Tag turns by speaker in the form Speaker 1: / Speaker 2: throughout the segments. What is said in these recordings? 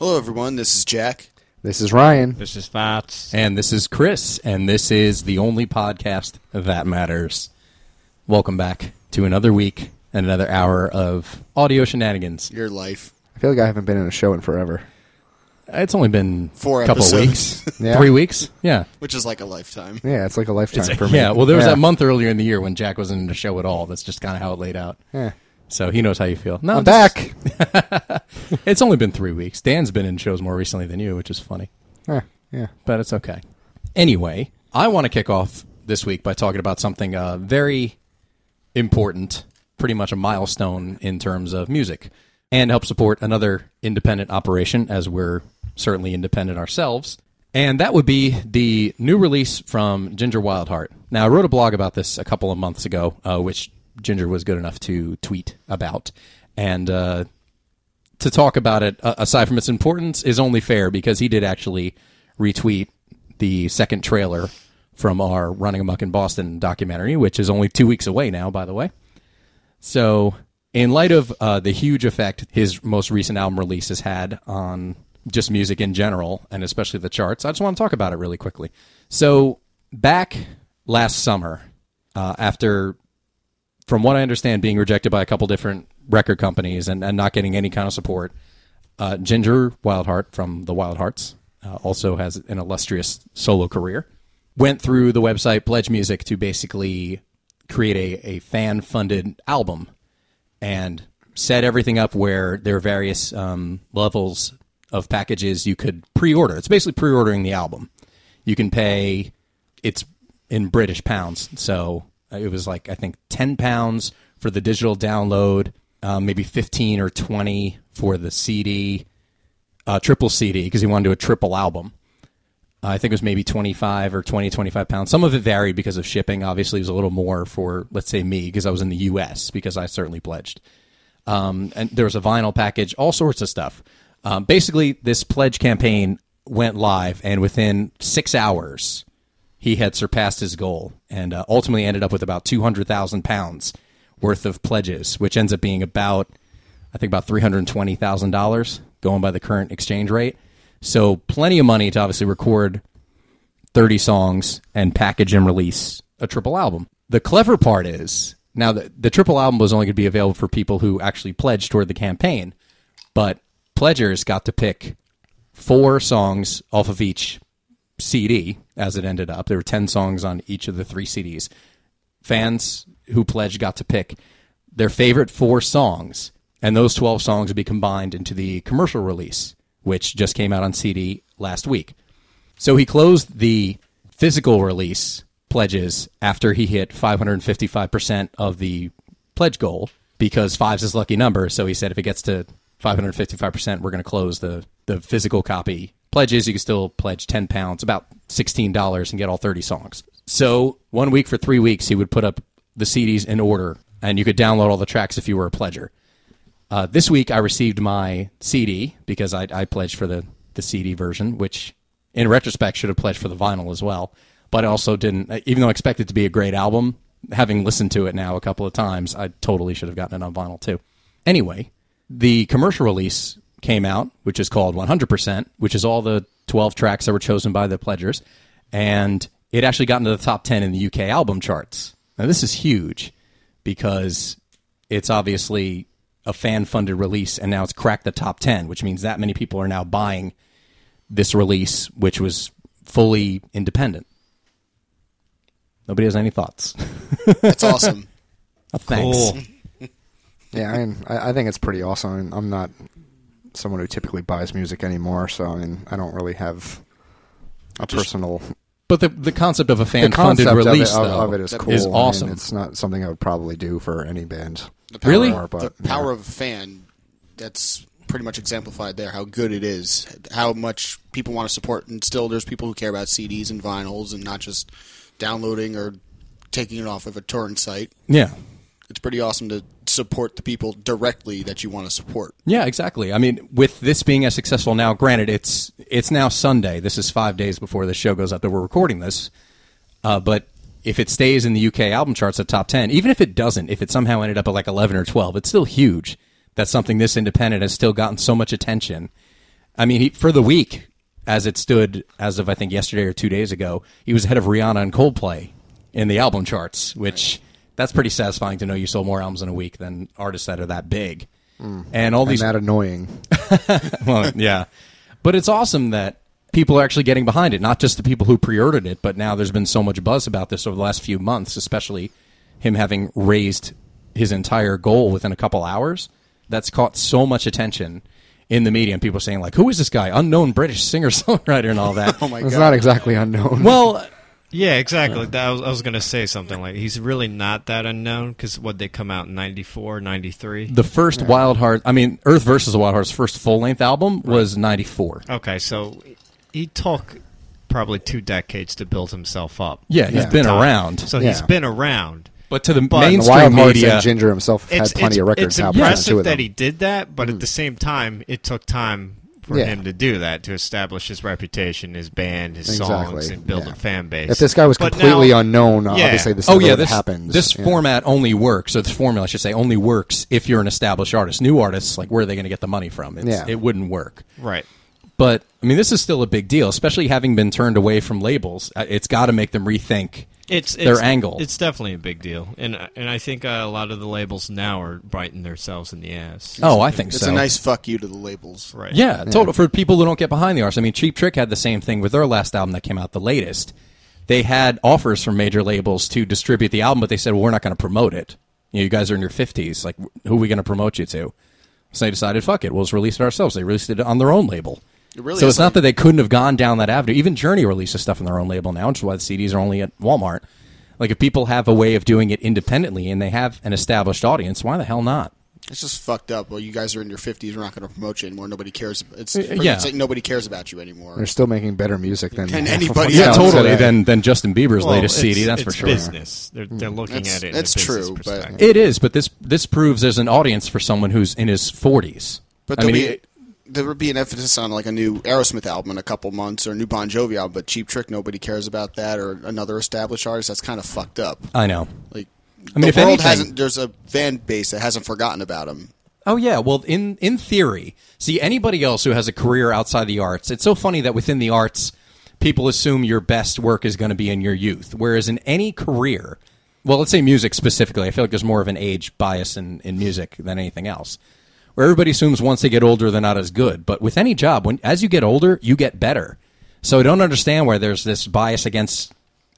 Speaker 1: Hello, everyone. This is Jack.
Speaker 2: This is Ryan.
Speaker 3: This is Fats.
Speaker 4: And this is Chris, and this is the only podcast that matters. Welcome back to another week and another hour of audio shenanigans.
Speaker 1: Your life.
Speaker 2: I feel like I haven't been in a show in forever.
Speaker 4: It's only been
Speaker 1: Four
Speaker 4: a couple
Speaker 1: episodes.
Speaker 4: weeks,
Speaker 2: Yeah.
Speaker 4: three weeks. Yeah,
Speaker 1: Which is like a lifetime.
Speaker 2: Yeah, it's like a lifetime for me.
Speaker 4: yeah. Well, there was
Speaker 2: Yeah.
Speaker 4: that month earlier in the year when Jack wasn't in the show at all. That's just kind of how it laid out.
Speaker 2: Yeah.
Speaker 4: So he knows how you feel. No,
Speaker 2: I'm
Speaker 4: this-
Speaker 2: back.
Speaker 4: It's only been three weeks. Dan's been in shows more recently than you, which is funny.
Speaker 2: yeah, yeah.
Speaker 4: but it's okay. Anyway, I want to kick off this week by talking about something uh, very important, pretty much a milestone in terms of music, and help support another independent operation as we're certainly independent ourselves. And that would be the new release from Ginger Wildheart. Now, I wrote a blog about this a couple of months ago, uh, which Ginger was good enough to tweet about. And uh, to talk about it uh, aside from its importance is only fair because he did actually retweet the second trailer from our Running Amok in Boston documentary, which is only two weeks away now, by the way. So, in light of uh, the huge effect his most recent album release has had on just music in general, and especially the charts, I just want to talk about it really quickly. So, back last summer, uh, after from what I understand, being rejected by a couple different record companies and, and not getting any kind of support. Uh, Ginger Wildheart from the Wild Hearts uh, also has an illustrious solo career. Went through the website Pledge Music to basically create a, a fan funded album and set everything up where there are various um, levels of packages you could pre order. It's basically pre ordering the album. You can pay, it's in British pounds. So uh, it was like, I think, 10 pounds for the digital download, uh, maybe 15 or 20 for the CD, uh, triple CD, because he wanted to do a triple album. I think it was maybe 25 or 20, 25 pounds. Some of it varied because of shipping. Obviously, it was a little more for, let's say, me, because I was in the US, because I certainly pledged. Um, and there was a vinyl package, all sorts of stuff. Um, basically, this pledge campaign went live, and within six hours, he had surpassed his goal and uh, ultimately ended up with about 200,000 pounds worth of pledges, which ends up being about, I think, about $320,000 going by the current exchange rate. So, plenty of money to obviously record 30 songs and package and release a triple album. The clever part is now the, the triple album was only going to be available for people who actually pledged toward the campaign, but pledgers got to pick four songs off of each CD as it ended up. There were 10 songs on each of the three CDs. Fans who pledged got to pick their favorite four songs, and those 12 songs would be combined into the commercial release, which just came out on CD last week. So he closed the physical release pledges after he hit 555% of the pledge goal because five's his lucky number. So he said if it gets to 555%, we're going to close the, the physical copy pledges. You can still pledge 10 pounds, about $16, and get all 30 songs. So one week for three weeks, he would put up the CDs in order, and you could download all the tracks if you were a pledger. Uh, this week, I received my CD because I, I pledged for the, the CD version, which in retrospect should have pledged for the vinyl as well. But I also didn't, uh, even though I expect it to be a great album, having listened to it now a couple of times, I totally should have gotten it on vinyl too. Anyway, the commercial release came out, which is called 100%, which is all the 12 tracks that were chosen by the pledgers. And it actually got into the top 10 in the UK album charts. Now, this is huge because it's obviously a fan funded release and now it's cracked the top 10 which means that many people are now buying this release which was fully independent nobody has any thoughts
Speaker 1: That's awesome.
Speaker 4: thanks
Speaker 2: Yeah, I mean, I, I think it's pretty awesome. I mean, I'm not someone who typically buys music anymore, so I mean, I don't really have a personal.
Speaker 4: but the, the concept of a
Speaker 2: The
Speaker 4: fan funded
Speaker 2: concept of it,
Speaker 4: release
Speaker 2: of,
Speaker 4: though,
Speaker 2: of it is cool. I mean,
Speaker 4: awesome
Speaker 2: it's not something I would probably do for any band.
Speaker 1: The power,
Speaker 4: Really?
Speaker 1: Of, the power of a fan. That's pretty much exemplified there. How good it is. How much people want to support, and still there's people who care about CDs and vinyls, and not just downloading or taking it off of a torrent site.
Speaker 4: yeah
Speaker 1: It's pretty awesome to support the people directly that you want to support.
Speaker 4: Yeah, exactly. I mean, with this being as successful now, granted, it's it's now Sunday. This is five days before the show goes up that we're recording this. Uh, but if it stays in the UK album charts at top ten, even if it doesn't, if it somehow ended up at like eleven or twelve, it's still huge. That's something this independent has still gotten so much attention, I mean, he, for the week, as it stood as of I think yesterday or two days ago, he was ahead of Rihanna and Coldplay in the album charts, which that's pretty satisfying to know you sold more albums in a week than artists that are that big. And all
Speaker 2: Hmm. And
Speaker 4: these
Speaker 2: that annoying.
Speaker 4: well, yeah. But it's awesome that people are actually getting behind it, not just the people who pre ordered it, but now there's been so much buzz about this over the last few months, especially him having raised his entire goal within a couple hours. That's caught so much attention in the media and people saying, like, who is this guy? Unknown British singer songwriter and all that.
Speaker 1: Oh my
Speaker 2: It's
Speaker 1: god!
Speaker 2: not exactly unknown.
Speaker 4: well,
Speaker 3: Yeah, exactly. That, I was, I was going to say something like he's really not that unknown because what they come out in 94, 93.
Speaker 4: the first Wild Heart, I mean, Earth versus the Wild Heart's first full length album was 94.
Speaker 3: Okay, so he took probably two decades to build himself up.
Speaker 4: Yeah, he's
Speaker 2: Yeah.
Speaker 4: been
Speaker 3: Time.
Speaker 4: around.
Speaker 3: So he's
Speaker 2: Yeah.
Speaker 3: been around.
Speaker 4: but to the
Speaker 3: But-
Speaker 2: And the
Speaker 4: mainstream
Speaker 2: Wild Hearts
Speaker 4: media,
Speaker 2: and Ginger himself had
Speaker 3: It's,
Speaker 2: plenty
Speaker 3: it's,
Speaker 2: of records
Speaker 3: it's
Speaker 2: out between the two
Speaker 3: impressive
Speaker 2: of them.
Speaker 3: that he did that, but at the same time, it took time for
Speaker 2: Hmm. Yeah.
Speaker 3: him to do that to establish his reputation, his band, his songs,
Speaker 2: Exactly,
Speaker 3: and build
Speaker 2: yeah.
Speaker 3: a fan base.
Speaker 2: if this guy was
Speaker 3: But
Speaker 2: completely
Speaker 3: now-
Speaker 2: unknown,
Speaker 3: yeah.
Speaker 2: obviously this
Speaker 4: oh
Speaker 2: never
Speaker 4: yeah,
Speaker 2: would've
Speaker 4: this
Speaker 2: happened.
Speaker 4: this
Speaker 2: Yeah.
Speaker 4: format only works. Or this formula, I should say, only works if you're an established artist. New artists, like where are they going to get the money from? It's,
Speaker 2: Yeah.
Speaker 4: it wouldn't work.
Speaker 3: right?
Speaker 4: But I mean, this is still a big deal, especially having been turned away from labels. Uh, It's got to make them rethink.
Speaker 3: It's,
Speaker 4: Their
Speaker 3: it's-
Speaker 4: angle.
Speaker 3: It's definitely a big deal, and and I think uh, a lot of the labels now are biting themselves in the ass.
Speaker 4: Oh, I think
Speaker 1: It's
Speaker 4: so.
Speaker 1: a nice fuck you to the labels.
Speaker 3: Right.
Speaker 4: Yeah, total for people who don't get behind the artists. I mean, Cheap Trick had the same thing with their last album that came out, the latest. They had offers from major labels to distribute the album, but they said, "Well, we're not going to promote it. You, know, you guys are in your fifties. Like, who are we going to promote you to?" So they decided, "Fuck it, we'll just release it ourselves." They released it on their own label.
Speaker 1: It really
Speaker 4: so
Speaker 1: is
Speaker 4: it's not
Speaker 1: like-
Speaker 4: that they couldn't have gone down that avenue. Even Journey releases stuff on their own label now, which is why the CDs are only at Walmart. Like, if people have a way of doing it independently and they have an established audience, why the hell not?
Speaker 1: It's just fucked up. Well, you guys are in your fifties. We're not going to promote you anymore. Nobody cares. It's,
Speaker 4: yeah.
Speaker 1: it's like nobody cares about you anymore.
Speaker 2: They're still making better music than
Speaker 1: Can
Speaker 2: half of
Speaker 1: anybody
Speaker 2: what's
Speaker 1: Yeah,
Speaker 4: Yeah,
Speaker 2: out
Speaker 4: totally.
Speaker 2: today.
Speaker 4: Than than Justin Bieber's
Speaker 3: Well,
Speaker 4: latest
Speaker 3: it's-
Speaker 4: CD. That's
Speaker 3: it's
Speaker 4: for sure.
Speaker 3: Business. They're, they're
Speaker 2: Hmm.
Speaker 3: looking
Speaker 1: That's-
Speaker 3: at it. in
Speaker 1: that's
Speaker 3: a business
Speaker 1: true, but-
Speaker 3: perspective.
Speaker 4: It is, but this this proves there's an audience for someone who's in his 40s.
Speaker 1: But
Speaker 4: I
Speaker 1: there'll
Speaker 4: mean,
Speaker 1: be,
Speaker 4: it-
Speaker 1: there would be an emphasis on like a new Aerosmith album in a couple months or a new Bon Jovi album, but Cheap Trick nobody cares about that or another established artist. That's kind of fucked up.
Speaker 4: I know.
Speaker 1: Like,
Speaker 4: I mean,
Speaker 1: the
Speaker 4: if
Speaker 1: world
Speaker 4: anything-
Speaker 1: hasn't. There's a fan base that hasn't forgotten about him.
Speaker 4: Oh yeah, well in in theory, see anybody else who has a career outside the arts, it's so funny that within the arts people assume your best work is going to be in your youth, whereas in any career, well let's say music specifically, I feel like there's more of an age bias in in music than anything else. Where everybody assumes once they get older they're not as good, but with any job when as you get older, you get better. So I don't understand why there's this bias against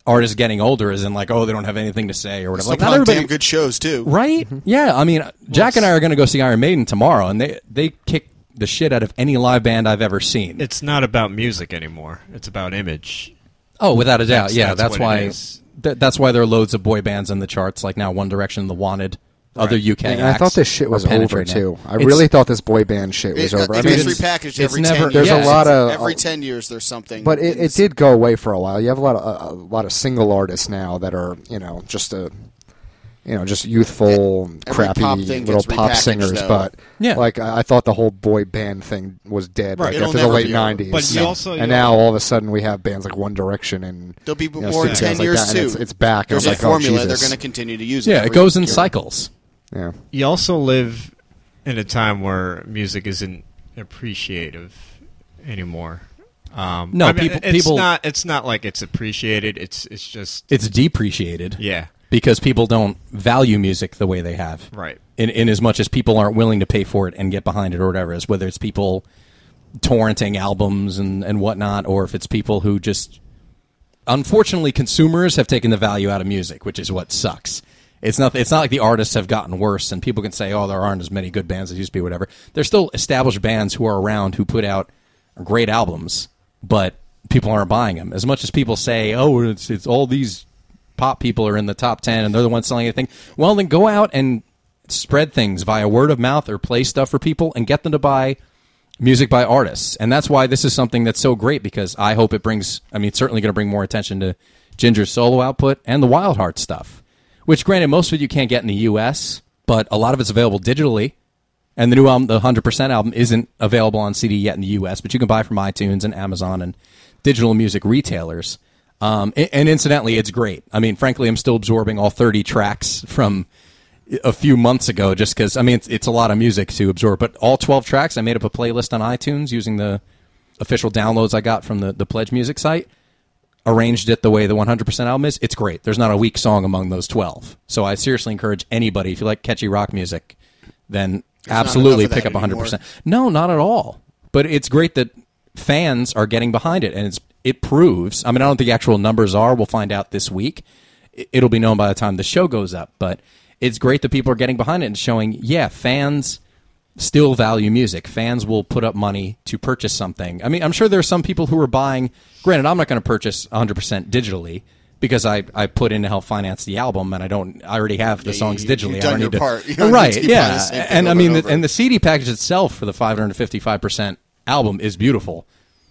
Speaker 4: artists getting older as in like oh they don't have anything to say or whatever.
Speaker 1: Like,
Speaker 4: Like not everybody
Speaker 1: damn good shows too.
Speaker 4: Right?
Speaker 3: Mm-hmm.
Speaker 4: Yeah. I mean, Jack and I are going to go see Iron Maiden tomorrow, and they they kick the shit out of any live band I've ever seen.
Speaker 3: It's not about music anymore. It's about image.
Speaker 4: oh, without a doubt.
Speaker 3: That's-
Speaker 4: yeah, that's,
Speaker 3: that's what it
Speaker 4: why.
Speaker 3: is.
Speaker 4: Th- that's why there are loads of boy bands in the charts, like now One Direction, The Wanted, other UK.
Speaker 2: And I thought this shit was
Speaker 4: are
Speaker 2: over
Speaker 4: penetrating
Speaker 2: too.
Speaker 4: it.
Speaker 2: I
Speaker 4: It's-
Speaker 2: really thought this boy band shit was
Speaker 1: It, uh,
Speaker 2: over. I
Speaker 1: it
Speaker 2: mean,
Speaker 1: gets
Speaker 2: it's-
Speaker 1: repackaged
Speaker 4: it's
Speaker 1: every
Speaker 4: never-
Speaker 1: ten years.
Speaker 4: there's a
Speaker 1: It's-
Speaker 2: lot of-
Speaker 1: every ten years there's something.
Speaker 2: uh, but it,
Speaker 1: in
Speaker 2: it
Speaker 1: this-
Speaker 2: did go away for a while. You have a lot of a, a lot of single artists now that are you know just a you know just youthful,
Speaker 1: every
Speaker 2: crappy
Speaker 1: pop thing
Speaker 2: little
Speaker 1: gets
Speaker 2: pop
Speaker 1: repackaged,
Speaker 2: singers.
Speaker 1: though.
Speaker 2: But
Speaker 4: Yeah.
Speaker 2: like I, I thought the whole boy band thing was dead
Speaker 3: Right.
Speaker 2: like,
Speaker 1: It'll
Speaker 2: after the
Speaker 1: never
Speaker 2: late
Speaker 1: be over.
Speaker 2: nineties.
Speaker 3: But you also-
Speaker 2: and
Speaker 3: you
Speaker 2: now
Speaker 3: also-
Speaker 2: all of a sudden we have bands like One Direction and
Speaker 1: There'll be
Speaker 2: you know,
Speaker 1: more in
Speaker 2: bands
Speaker 1: ten
Speaker 2: like
Speaker 1: years
Speaker 2: that, and
Speaker 1: too.
Speaker 2: It's, it's back.
Speaker 1: There's
Speaker 2: and I'm
Speaker 1: a
Speaker 2: like,
Speaker 1: formula.
Speaker 2: Oh,
Speaker 1: they're
Speaker 2: Jesus.
Speaker 1: going to continue to use it.
Speaker 4: Yeah, it
Speaker 1: every
Speaker 4: goes in
Speaker 1: year.
Speaker 4: cycles.
Speaker 2: Yeah.
Speaker 3: You also live in a time where music isn't appreciative anymore. Um,
Speaker 4: No,
Speaker 3: I mean,
Speaker 4: people-
Speaker 3: It's
Speaker 4: people-
Speaker 3: not. It's not like it's appreciated. It's. It's just.
Speaker 4: It's depreciated.
Speaker 3: Yeah.
Speaker 4: Because people don't value music the way they have.
Speaker 3: Right.
Speaker 4: In, in as much as people aren't willing to pay for it and get behind it or whatever, as whether it's people torrenting albums and, and whatnot, or if it's people who just unfortunately consumers have taken the value out of music, which is what sucks. It's not it's not like the artists have gotten worse and people can say, Oh, there aren't as many good bands as used to be, whatever. There's still established bands who are around who put out great albums, but people aren't buying them. As much as people say, Oh, it's it's all these pop people are in the top ten and they're the ones selling anything, well then go out and spread things via word of mouth or play stuff for people and get them to buy music by artists and that's why this is something that's so great because i hope it brings i mean it's certainly going to bring more attention to ginger's solo output and the wild heart stuff which granted most of it you can't get in the us but a lot of it's available digitally and the new album the 100% album isn't available on cd yet in the us but you can buy from itunes and amazon and digital music retailers um, a- and incidentally it's great i mean frankly i'm still absorbing all 30 tracks from a few months ago just because, I mean, it's, it's a lot of music to absorb. But all 12 tracks, I made up a playlist on iTunes using the official downloads I got from the, the Pledge Music site, arranged it the way the 100% album is. It's great. There's not a weak song among those 12. So I seriously encourage anybody, if you like catchy rock music, then
Speaker 1: not
Speaker 4: absolutely
Speaker 1: enough of
Speaker 4: pick
Speaker 1: that
Speaker 4: up 100%.
Speaker 1: anymore.
Speaker 4: No, not at all. But it's great that fans are getting behind it, and it's it proves. I mean, I don't think actual numbers are. We'll find out this week. I- It'll be known by the time the show goes up. But it's great that people are getting behind it and showing. Yeah, fans still value music. Fans will put up money to purchase something. I mean, I'm sure there are some people who are buying. Granted, I'm not going to purchase 100 percent digitally. Because I, I put in to help finance the album and I don't I already have the
Speaker 1: you-
Speaker 4: songs
Speaker 1: you-
Speaker 4: digitally.
Speaker 1: you've
Speaker 4: I
Speaker 1: done
Speaker 4: don't
Speaker 1: your
Speaker 4: need to-
Speaker 1: part. You don't need
Speaker 4: right?
Speaker 1: to keep buying the
Speaker 4: yeah,
Speaker 1: same thing
Speaker 4: and I
Speaker 1: over
Speaker 4: mean,
Speaker 1: and
Speaker 4: the-
Speaker 1: over.
Speaker 4: and the CD package itself for the 555% album is beautiful.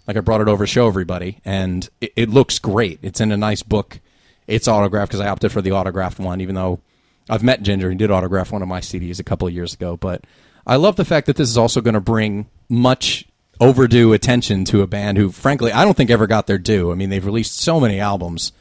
Speaker 4: Like I brought it over to show everybody, and it, it looks great. It's in a nice book. It's autographed because I opted for the autographed one, even though I've met Ginger and did autograph one of my CDs a couple of years ago. But I love the fact that this is also going to bring much overdue attention to a band who, frankly, I don't think ever got their due. I mean, they've released so many albums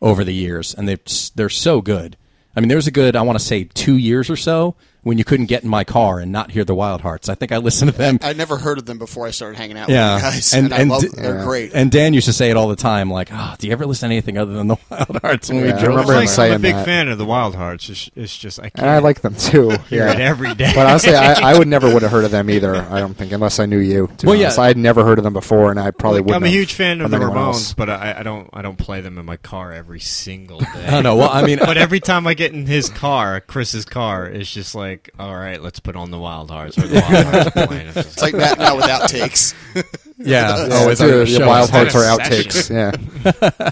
Speaker 4: over the years, and they they're so good. I mean, there was a good, I want to say, two years or so when you couldn't get in my car and not hear the Wild Hearts. I think I listened to them.
Speaker 1: I never heard of them before I started hanging out
Speaker 4: Yeah,
Speaker 1: with you guys, and, I love
Speaker 4: d-
Speaker 1: they're great.
Speaker 4: And Dan used to say it all the time, like, "Ah, "Do you ever listen to anything other than the Wild Hearts?" When
Speaker 2: Yeah, I
Speaker 4: we drove,
Speaker 2: remember him
Speaker 3: It's like, I'm
Speaker 2: saying
Speaker 3: a big
Speaker 2: that.
Speaker 3: fan of the Wild Hearts. It's, it's just I can't
Speaker 2: And I like them too.
Speaker 3: hear
Speaker 2: yeah.
Speaker 3: it every day.
Speaker 2: But honestly, I, I would never would have heard of them either. I don't think, unless I knew you. To
Speaker 4: Well,
Speaker 2: be
Speaker 4: yeah.
Speaker 2: honest. I had never heard of them before, and I probably
Speaker 3: Like,
Speaker 2: wouldn't.
Speaker 3: I'm a
Speaker 2: have
Speaker 3: huge fan of the
Speaker 2: anyone
Speaker 3: Ramones,
Speaker 2: else.
Speaker 3: but I, I don't I don't play them in my car every single day.
Speaker 4: I don't know. Well, I mean,
Speaker 3: But every time I get in his car, Chris's car, it's just like, all right, let's put on the Wild Hearts or the Wild Hearts playing. It's just
Speaker 1: it's like Matt now without takes.
Speaker 4: yeah,
Speaker 2: Yeah, it's
Speaker 4: always on
Speaker 2: either
Speaker 4: the
Speaker 2: the
Speaker 4: show.
Speaker 2: Wild
Speaker 3: Instead
Speaker 2: Hearts
Speaker 3: of
Speaker 2: or
Speaker 3: session.
Speaker 2: outtakes. Yeah,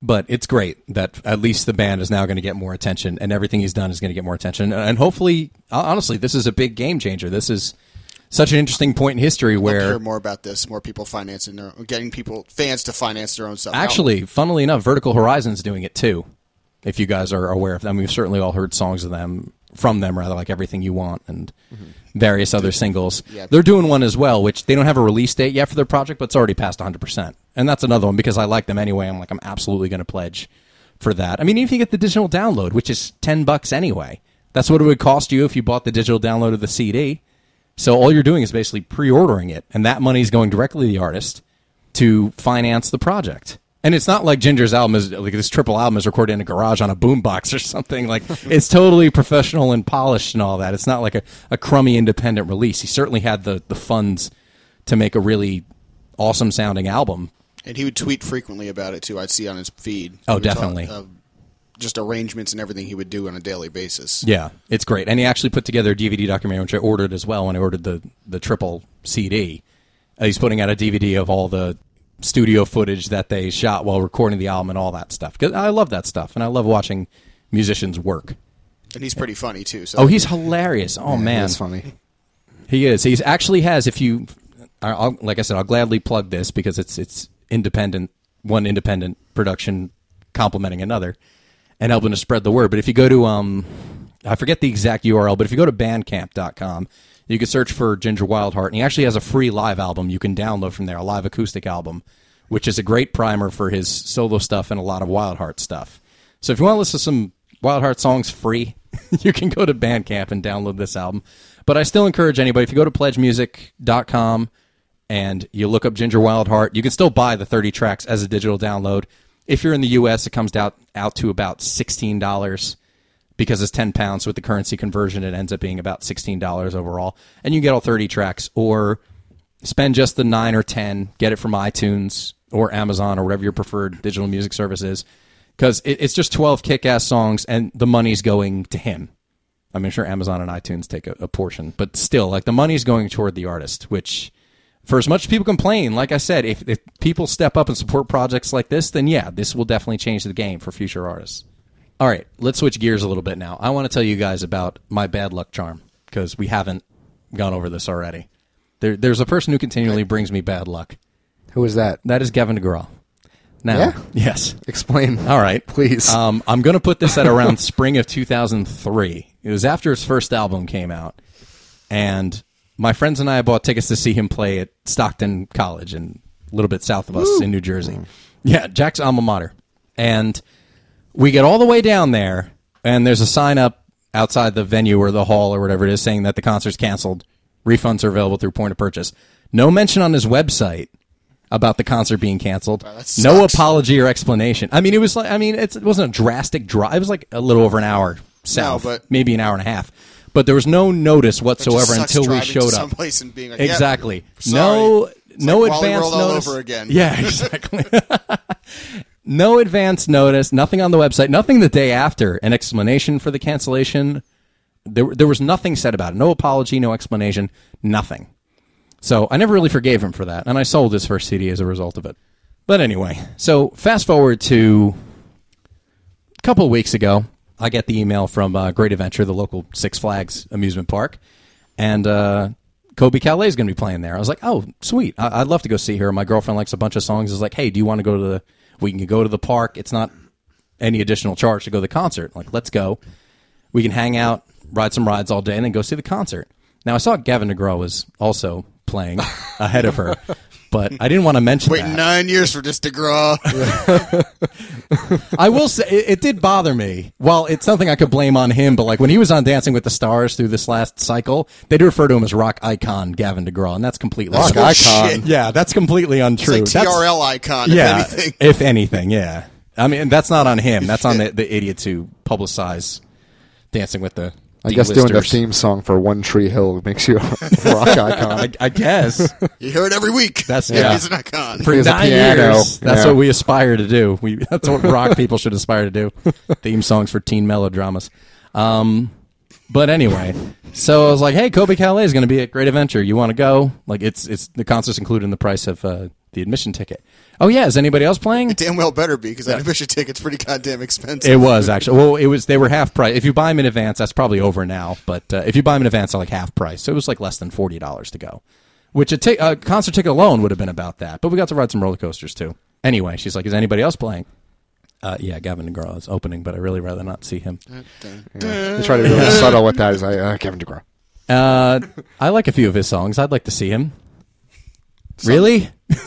Speaker 4: But it's great that at least the band is now going to get more attention, and everything he's done is going to get more attention. And hopefully, hon- honestly, this is a big game changer. This is such an interesting point in history
Speaker 1: Where hear
Speaker 4: where
Speaker 1: more about this, more people financing their, getting people fans to finance their own stuff.
Speaker 4: Actually, funnily enough, Vertical Horizon's doing it too. If you guys are aware of them, we've certainly all heard songs of them from them, rather like "Everything You Want" and various other singles.
Speaker 1: Mm-hmm. Yeah.
Speaker 4: They're doing one as well, which they don't have a release date yet for their project, but it's already past 100. percent And that's another one because I like them anyway. I'm like, I'm absolutely going to pledge for that. I mean, even if you get the digital download, which is 10 bucks anyway, that's what it would cost you if you bought the digital download of the CD. So all you're doing is basically pre-ordering it, and that money is going directly to the artist to finance the project. And it's not like Ginger's album is like this triple album is recorded in a garage on a boombox or something. Like it's totally professional and polished and all that. It's not like a, a crummy independent release. He certainly had the the funds to make a really awesome sounding album.
Speaker 1: and he would tweet frequently about it too. I'd see on his feed. He
Speaker 4: Oh,
Speaker 1: would talk
Speaker 4: definitely.
Speaker 1: of just arrangements and everything he would do on a daily basis.
Speaker 4: Yeah, it's great. And he actually put together a DVD documentary, which I ordered as well when I ordered the, the triple CD. Uh, he's putting out a DVD of all the studio footage that they shot while recording the album and all that stuff. 'Cause I love that stuff, and I love watching musicians work.
Speaker 1: and he's pretty funny too. So
Speaker 4: Oh, he's hilarious. Oh, man.
Speaker 2: it's funny.
Speaker 4: He is. He's actually has. If you, I- I'll, like I said, I'll gladly plug this because it's it's independent, one independent production complementing another, and helping to spread the word. But if you go to um, I forget the exact URL, but if you go to Bandcamp.com, you can search for Ginger Wildheart, and he actually has a free live album you can download from there, a live acoustic album, which is a great primer for his solo stuff and a lot of Wildheart stuff. So if you want to listen to some Wild Heart songs free, you can go to Bandcamp and download this album. But I still encourage anybody if you go to pledgemusic.com and you look up Ginger Wild Heart, you can still buy the 30 tracks as a digital download. If you're in the US, it comes out out to about $16 because it's 10 pounds with the currency conversion it ends up being about $16 overall and you can get all 30 tracks or spend just the 9 or 10 get it from itunes or amazon or whatever your preferred digital music service is because it, it's just 12 kick-ass songs and the money's going to him i mean sure amazon and itunes take a, a portion but still like the money's going toward the artist which for as much as people complain like i said if, if people step up and support projects like this then yeah this will definitely change the game for future artists all right, let's switch gears a little bit now. I want to tell you guys about my bad luck charm because we haven't gone over this already. There, there's a person who continually brings me bad luck.
Speaker 2: Who is that?
Speaker 4: That is Gavin DeGraw. Now,
Speaker 2: Yeah?
Speaker 4: yes.
Speaker 2: Explain.
Speaker 4: All right.
Speaker 2: please.
Speaker 4: Um, I'm going to put this at around spring of 2003. It was after his first album came out. And my friends and I bought tickets to see him play at Stockton College and a little bit south of us in New
Speaker 2: Mm.
Speaker 4: Jersey. Yeah, Jack's alma mater. And we get all the way down there, and there's a sign up outside the venue or the hall or whatever it is saying that the concert's canceled. Refunds are available through point of purchase. No mention on his website about the concert being canceled.
Speaker 1: that
Speaker 4: no
Speaker 1: sucks.
Speaker 4: apology or explanation. I mean, it was like I mean, it's, it wasn't a drastic drop. It was like a little over an hour south,
Speaker 1: but-
Speaker 4: maybe an hour and a half. But there was no notice whatsoever
Speaker 1: Just sucks
Speaker 4: until we
Speaker 1: driving to
Speaker 4: showed up.
Speaker 1: someplace and being like, "Yep,
Speaker 4: Exactly.
Speaker 1: sorry."
Speaker 4: No,
Speaker 1: It's
Speaker 4: no
Speaker 1: like Wally
Speaker 4: advance
Speaker 1: World all
Speaker 4: notice.
Speaker 1: over again.
Speaker 4: Yeah, exactly. no advance notice. Nothing on the website. Nothing the day after. An explanation for the cancellation. There, there was nothing said about it. No apology. No explanation. Nothing. So I never really forgave him for that, and I sold his first CD as a result of it. But anyway, so fast forward to a couple of weeks ago, I get the email from uh, Great Adventure, the local Six Flags amusement park, and uh, Kobe Calais is going to be playing there. I was like, oh, sweet. I- I'd love to go see her. My girlfriend likes a bunch of songs. Is like, hey, do you want to go to the? We can go to the park. It's not any additional charge to go to the concert. Like, let's go. We can hang out, ride some rides all day, and then go see the concert. Now, I saw Gavin DeGraw was also playing ahead of her, but I didn't want to mention
Speaker 1: Wait
Speaker 4: that.
Speaker 1: nine years for this DeGraw.
Speaker 4: I will say it, it did bother me. Well, it's something I could blame on him, but like when he was on Dancing with the Stars through this last cycle, they do refer to him as rock icon Gavin DeGraw, and that's completely
Speaker 2: Rock
Speaker 1: Oh,
Speaker 2: icon.
Speaker 1: shit.
Speaker 4: Yeah, that's completely
Speaker 1: It's
Speaker 4: untrue.
Speaker 1: like
Speaker 4: That's-
Speaker 1: TRL icon,
Speaker 4: yeah,
Speaker 1: if anything.
Speaker 4: if anything, yeah. I mean, that's not on him. That's on the, the idiots who publicize Dancing with the.
Speaker 2: I guess doing the
Speaker 4: D-listers.
Speaker 2: theme song for One Tree Hill makes you a rock icon.
Speaker 4: I, I guess
Speaker 1: You hear it every week.
Speaker 4: That's-
Speaker 1: yeah.
Speaker 4: yeah.
Speaker 1: He's an icon.
Speaker 4: for
Speaker 2: He has a
Speaker 4: nine
Speaker 2: piano.
Speaker 4: years, that's
Speaker 2: Yeah.
Speaker 4: what we aspire to do. We that's what rock people should aspire to do. Theme songs for teen melodramas. Um, but anyway, so I was like, "Hey, Kobe Calais is going to be at Great Adventure. You want to go? Like, it's it's the concert's included in the price of uh, the admission ticket. Oh yeah, is anybody else playing?
Speaker 1: Damn well better be because that admission ticket's pretty goddamn expensive.
Speaker 4: It was actually. Well, it was. They were half price. If you buy them in advance, that's probably over now. But uh, if you buy them in advance, they're like half price. So it was like less than forty dollars to go, which a, ti- a concert ticket alone would have been about that. But we got to ride some roller coasters too. Anyway, she's like, "Is anybody else playing?" Uh, yeah, Gavin DeGraw is opening, but I really rather not see him.
Speaker 2: I try to be really subtle with that. Is like, uh, Kevin DeGraw.
Speaker 4: Uh, I like a few of his songs. I'd like to see him. Really?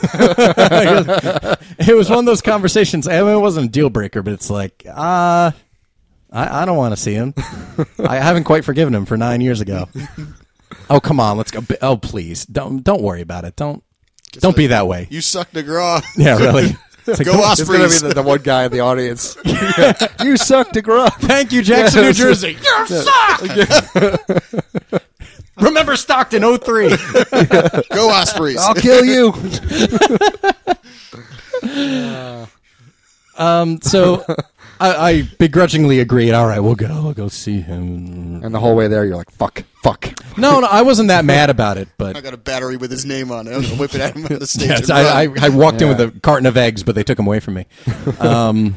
Speaker 4: it was one of those conversations. I mean, it wasn't a deal breaker, but it's like, uh, I, I don't want to see him. I haven't quite forgiven him for nine years ago. oh come on, let's go. Oh please, don't don't worry about it. Don't don't be that way.
Speaker 1: You suck DeGraw.
Speaker 4: Yeah, really. It's like,
Speaker 1: Go
Speaker 4: don't-
Speaker 2: It's gonna be
Speaker 1: Ospreys.
Speaker 2: the, the one guy in the audience. you suck, DeGraw.
Speaker 4: Thank you, Jackson, New
Speaker 2: Yes.
Speaker 4: Jersey. You suck. Remember Stockton 03.
Speaker 1: Go Ospreys.
Speaker 2: I'll kill you.
Speaker 4: Um, so I, I begrudgingly agreed. All right, we'll go. I'll go see him.
Speaker 2: And the whole way there, you're like, fuck, fuck.
Speaker 4: No, no, I wasn't that mad about it,
Speaker 1: I
Speaker 4: but
Speaker 1: got a battery with his name on it. I'm gonna whip it at him on the stage. and
Speaker 4: yes,
Speaker 1: run.
Speaker 4: I, I, I walked in
Speaker 2: Yeah.
Speaker 4: with a carton of eggs, but they took them away from me. Um,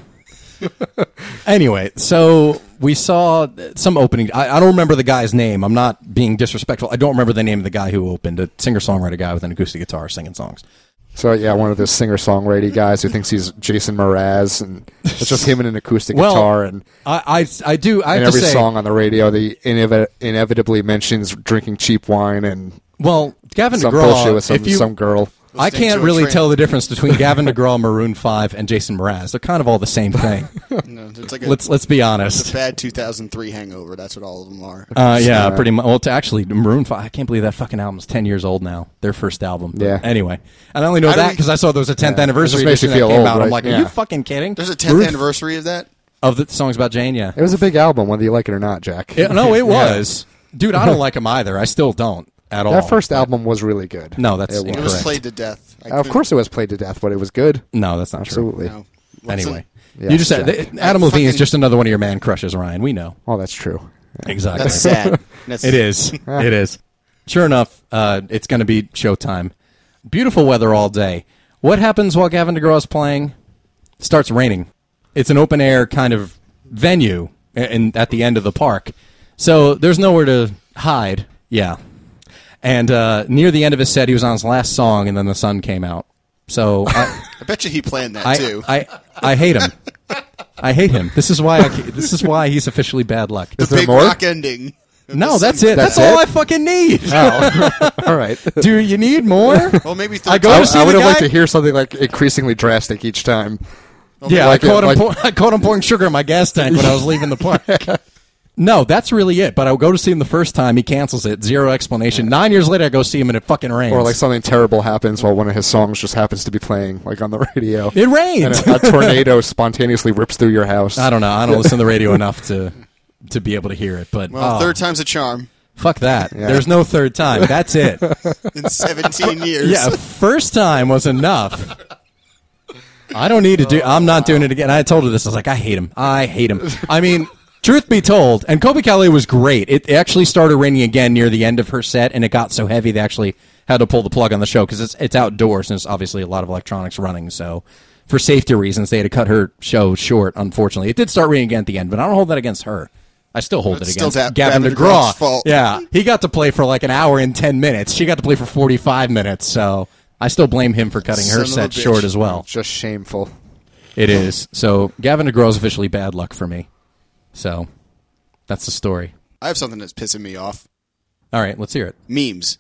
Speaker 4: anyway, so we saw some opening. I, I don't remember the guy's name. I'm not being disrespectful. I don't remember the name of the guy who opened. A singer songwriter guy with an acoustic guitar singing songs.
Speaker 2: So yeah, one of those singer songwriter guys who thinks he's Jason Mraz, and it's just him and an acoustic
Speaker 4: Well,
Speaker 2: guitar, and,
Speaker 4: I, I, I do. I
Speaker 2: and
Speaker 4: have to
Speaker 2: every
Speaker 4: say,
Speaker 2: song on the radio, they inevi- inevitably mentions drinking cheap wine and
Speaker 4: well, Gavin
Speaker 2: some uh,
Speaker 4: DeGraw,
Speaker 2: bullshit with some,
Speaker 4: if you,
Speaker 2: some girl.
Speaker 4: I
Speaker 1: Listening
Speaker 4: can't
Speaker 1: to a
Speaker 4: really
Speaker 1: train.
Speaker 4: tell the difference between Gavin DeGraw, Maroon Five, and Jason Mraz. They're kind of all the same thing.
Speaker 1: No, it's like a,
Speaker 4: let's let's be
Speaker 1: it's a
Speaker 4: honest.
Speaker 1: bad 2003 hangover. That's what all of them are.
Speaker 4: Uh, yeah, pretty much. Well, to actually, Maroon Five. I can't believe that fucking album's ten years old now. Their first album. But
Speaker 2: Yeah.
Speaker 4: Anyway, and I only know
Speaker 1: How do
Speaker 4: that
Speaker 1: we-
Speaker 4: because I saw there was a tenth anniversary
Speaker 2: It just makes
Speaker 4: edition
Speaker 2: you
Speaker 4: that
Speaker 2: feel
Speaker 4: came
Speaker 2: old,
Speaker 4: out. I'm
Speaker 2: right?
Speaker 4: like, are
Speaker 2: Yeah.
Speaker 4: you fucking kidding?
Speaker 1: There's a 10th
Speaker 4: Maroon-
Speaker 1: anniversary of that.
Speaker 4: of the songs about Jane. Yeah.
Speaker 2: It was a big album, whether you like it or not, Jack.
Speaker 4: It- no, it was. Dude, I don't like him either. I still don't at all.
Speaker 2: That first album was really good.
Speaker 4: No, that's
Speaker 2: it
Speaker 1: It
Speaker 2: was.
Speaker 1: was
Speaker 4: Correct.
Speaker 1: played to death. I
Speaker 2: Of
Speaker 1: couldn't-
Speaker 2: course, it was played to death, but it was good.
Speaker 4: No, that's not
Speaker 2: Absolutely.
Speaker 1: no.
Speaker 4: true.
Speaker 1: What's
Speaker 4: Anyway,
Speaker 2: Yes,
Speaker 4: you just said
Speaker 2: Jack.
Speaker 4: that- Adam
Speaker 1: I
Speaker 4: Levine is
Speaker 1: fucking-
Speaker 4: just another one of your man crushes, Ryan. We know
Speaker 2: Oh, that's true. Yeah.
Speaker 1: the-
Speaker 4: exactly.
Speaker 1: That's sad. That's,
Speaker 4: It is. it is. Sure enough, uh, it's going to be showtime. Beautiful weather all day. What happens while Gavin DeGraw is playing? It starts raining. It's an open air kind of venue a- in, at the end of the park. So there's nowhere to hide. Yeah. And uh, near the end of his set, he was on his last song, and then the sun came out. So I,
Speaker 1: I bet you he planned that
Speaker 4: I,
Speaker 1: too.
Speaker 4: I, I hate him. I hate him. This is why I, ca- this is why he's officially bad luck.
Speaker 2: Is there
Speaker 1: Big
Speaker 2: more?
Speaker 1: rock ending.
Speaker 4: No, that's it. That's,
Speaker 2: That's
Speaker 4: all
Speaker 2: it?
Speaker 4: I fucking need.
Speaker 2: Oh, all right.
Speaker 4: Do you need more?
Speaker 1: Well, maybe third
Speaker 4: I go
Speaker 2: I,
Speaker 4: to see
Speaker 2: would
Speaker 4: the
Speaker 2: have liked
Speaker 4: guy-
Speaker 2: to hear something like increasingly drastic each time.
Speaker 4: yeah,
Speaker 2: Like
Speaker 4: I, caught
Speaker 2: it,
Speaker 4: him
Speaker 2: like-
Speaker 4: pour- I caught him pouring sugar in my gas tank when I was leaving the park. No, that's really it. But I go to see him the first time. He cancels it. Zero explanation. Nine years later, I go see him and it fucking rains.
Speaker 2: Or like something terrible happens while one of his songs just happens to be playing like on the radio.
Speaker 4: it
Speaker 2: and
Speaker 4: rains.
Speaker 2: a, a tornado spontaneously rips through your house.
Speaker 4: I don't know. I don't listen to the radio enough to to be able to hear it. But
Speaker 1: Well,
Speaker 4: oh,
Speaker 1: third time's a charm
Speaker 4: fuck that. There's no third time. That's it.
Speaker 1: in 17 years.
Speaker 4: Yeah, first time was enough. I don't need to do. I'm not doing it again. I told her this. I was like, I hate him. I hate him. I mean, truth be told, and Kobe Kelly was great. It actually started raining again near the end of her set, and it got so heavy they actually had to pull the plug on the show because it's it's outdoors and it's obviously a lot of electronics running. So, for safety reasons, they had to cut her show short. Unfortunately, it did start raining again at the end, but I don't hold that against her. I still hold
Speaker 1: That's
Speaker 4: it
Speaker 1: still
Speaker 4: against
Speaker 1: Gab-
Speaker 4: Gavin,
Speaker 1: Gavin
Speaker 4: DeGraw.
Speaker 1: DeGraw's fault.
Speaker 4: Yeah, yeah, he got to play for like an hour and 10 minutes. She got to play for 45 minutes. So I still blame him for cutting
Speaker 1: Son
Speaker 4: her
Speaker 1: of a
Speaker 4: set
Speaker 1: bitch.
Speaker 4: short as well.
Speaker 2: Just shameful.
Speaker 4: It is. So Gavin DeGraw's officially bad luck for me. So that's the story.
Speaker 1: I have something that's pissing me off.
Speaker 4: All right, let's hear it.
Speaker 1: Memes.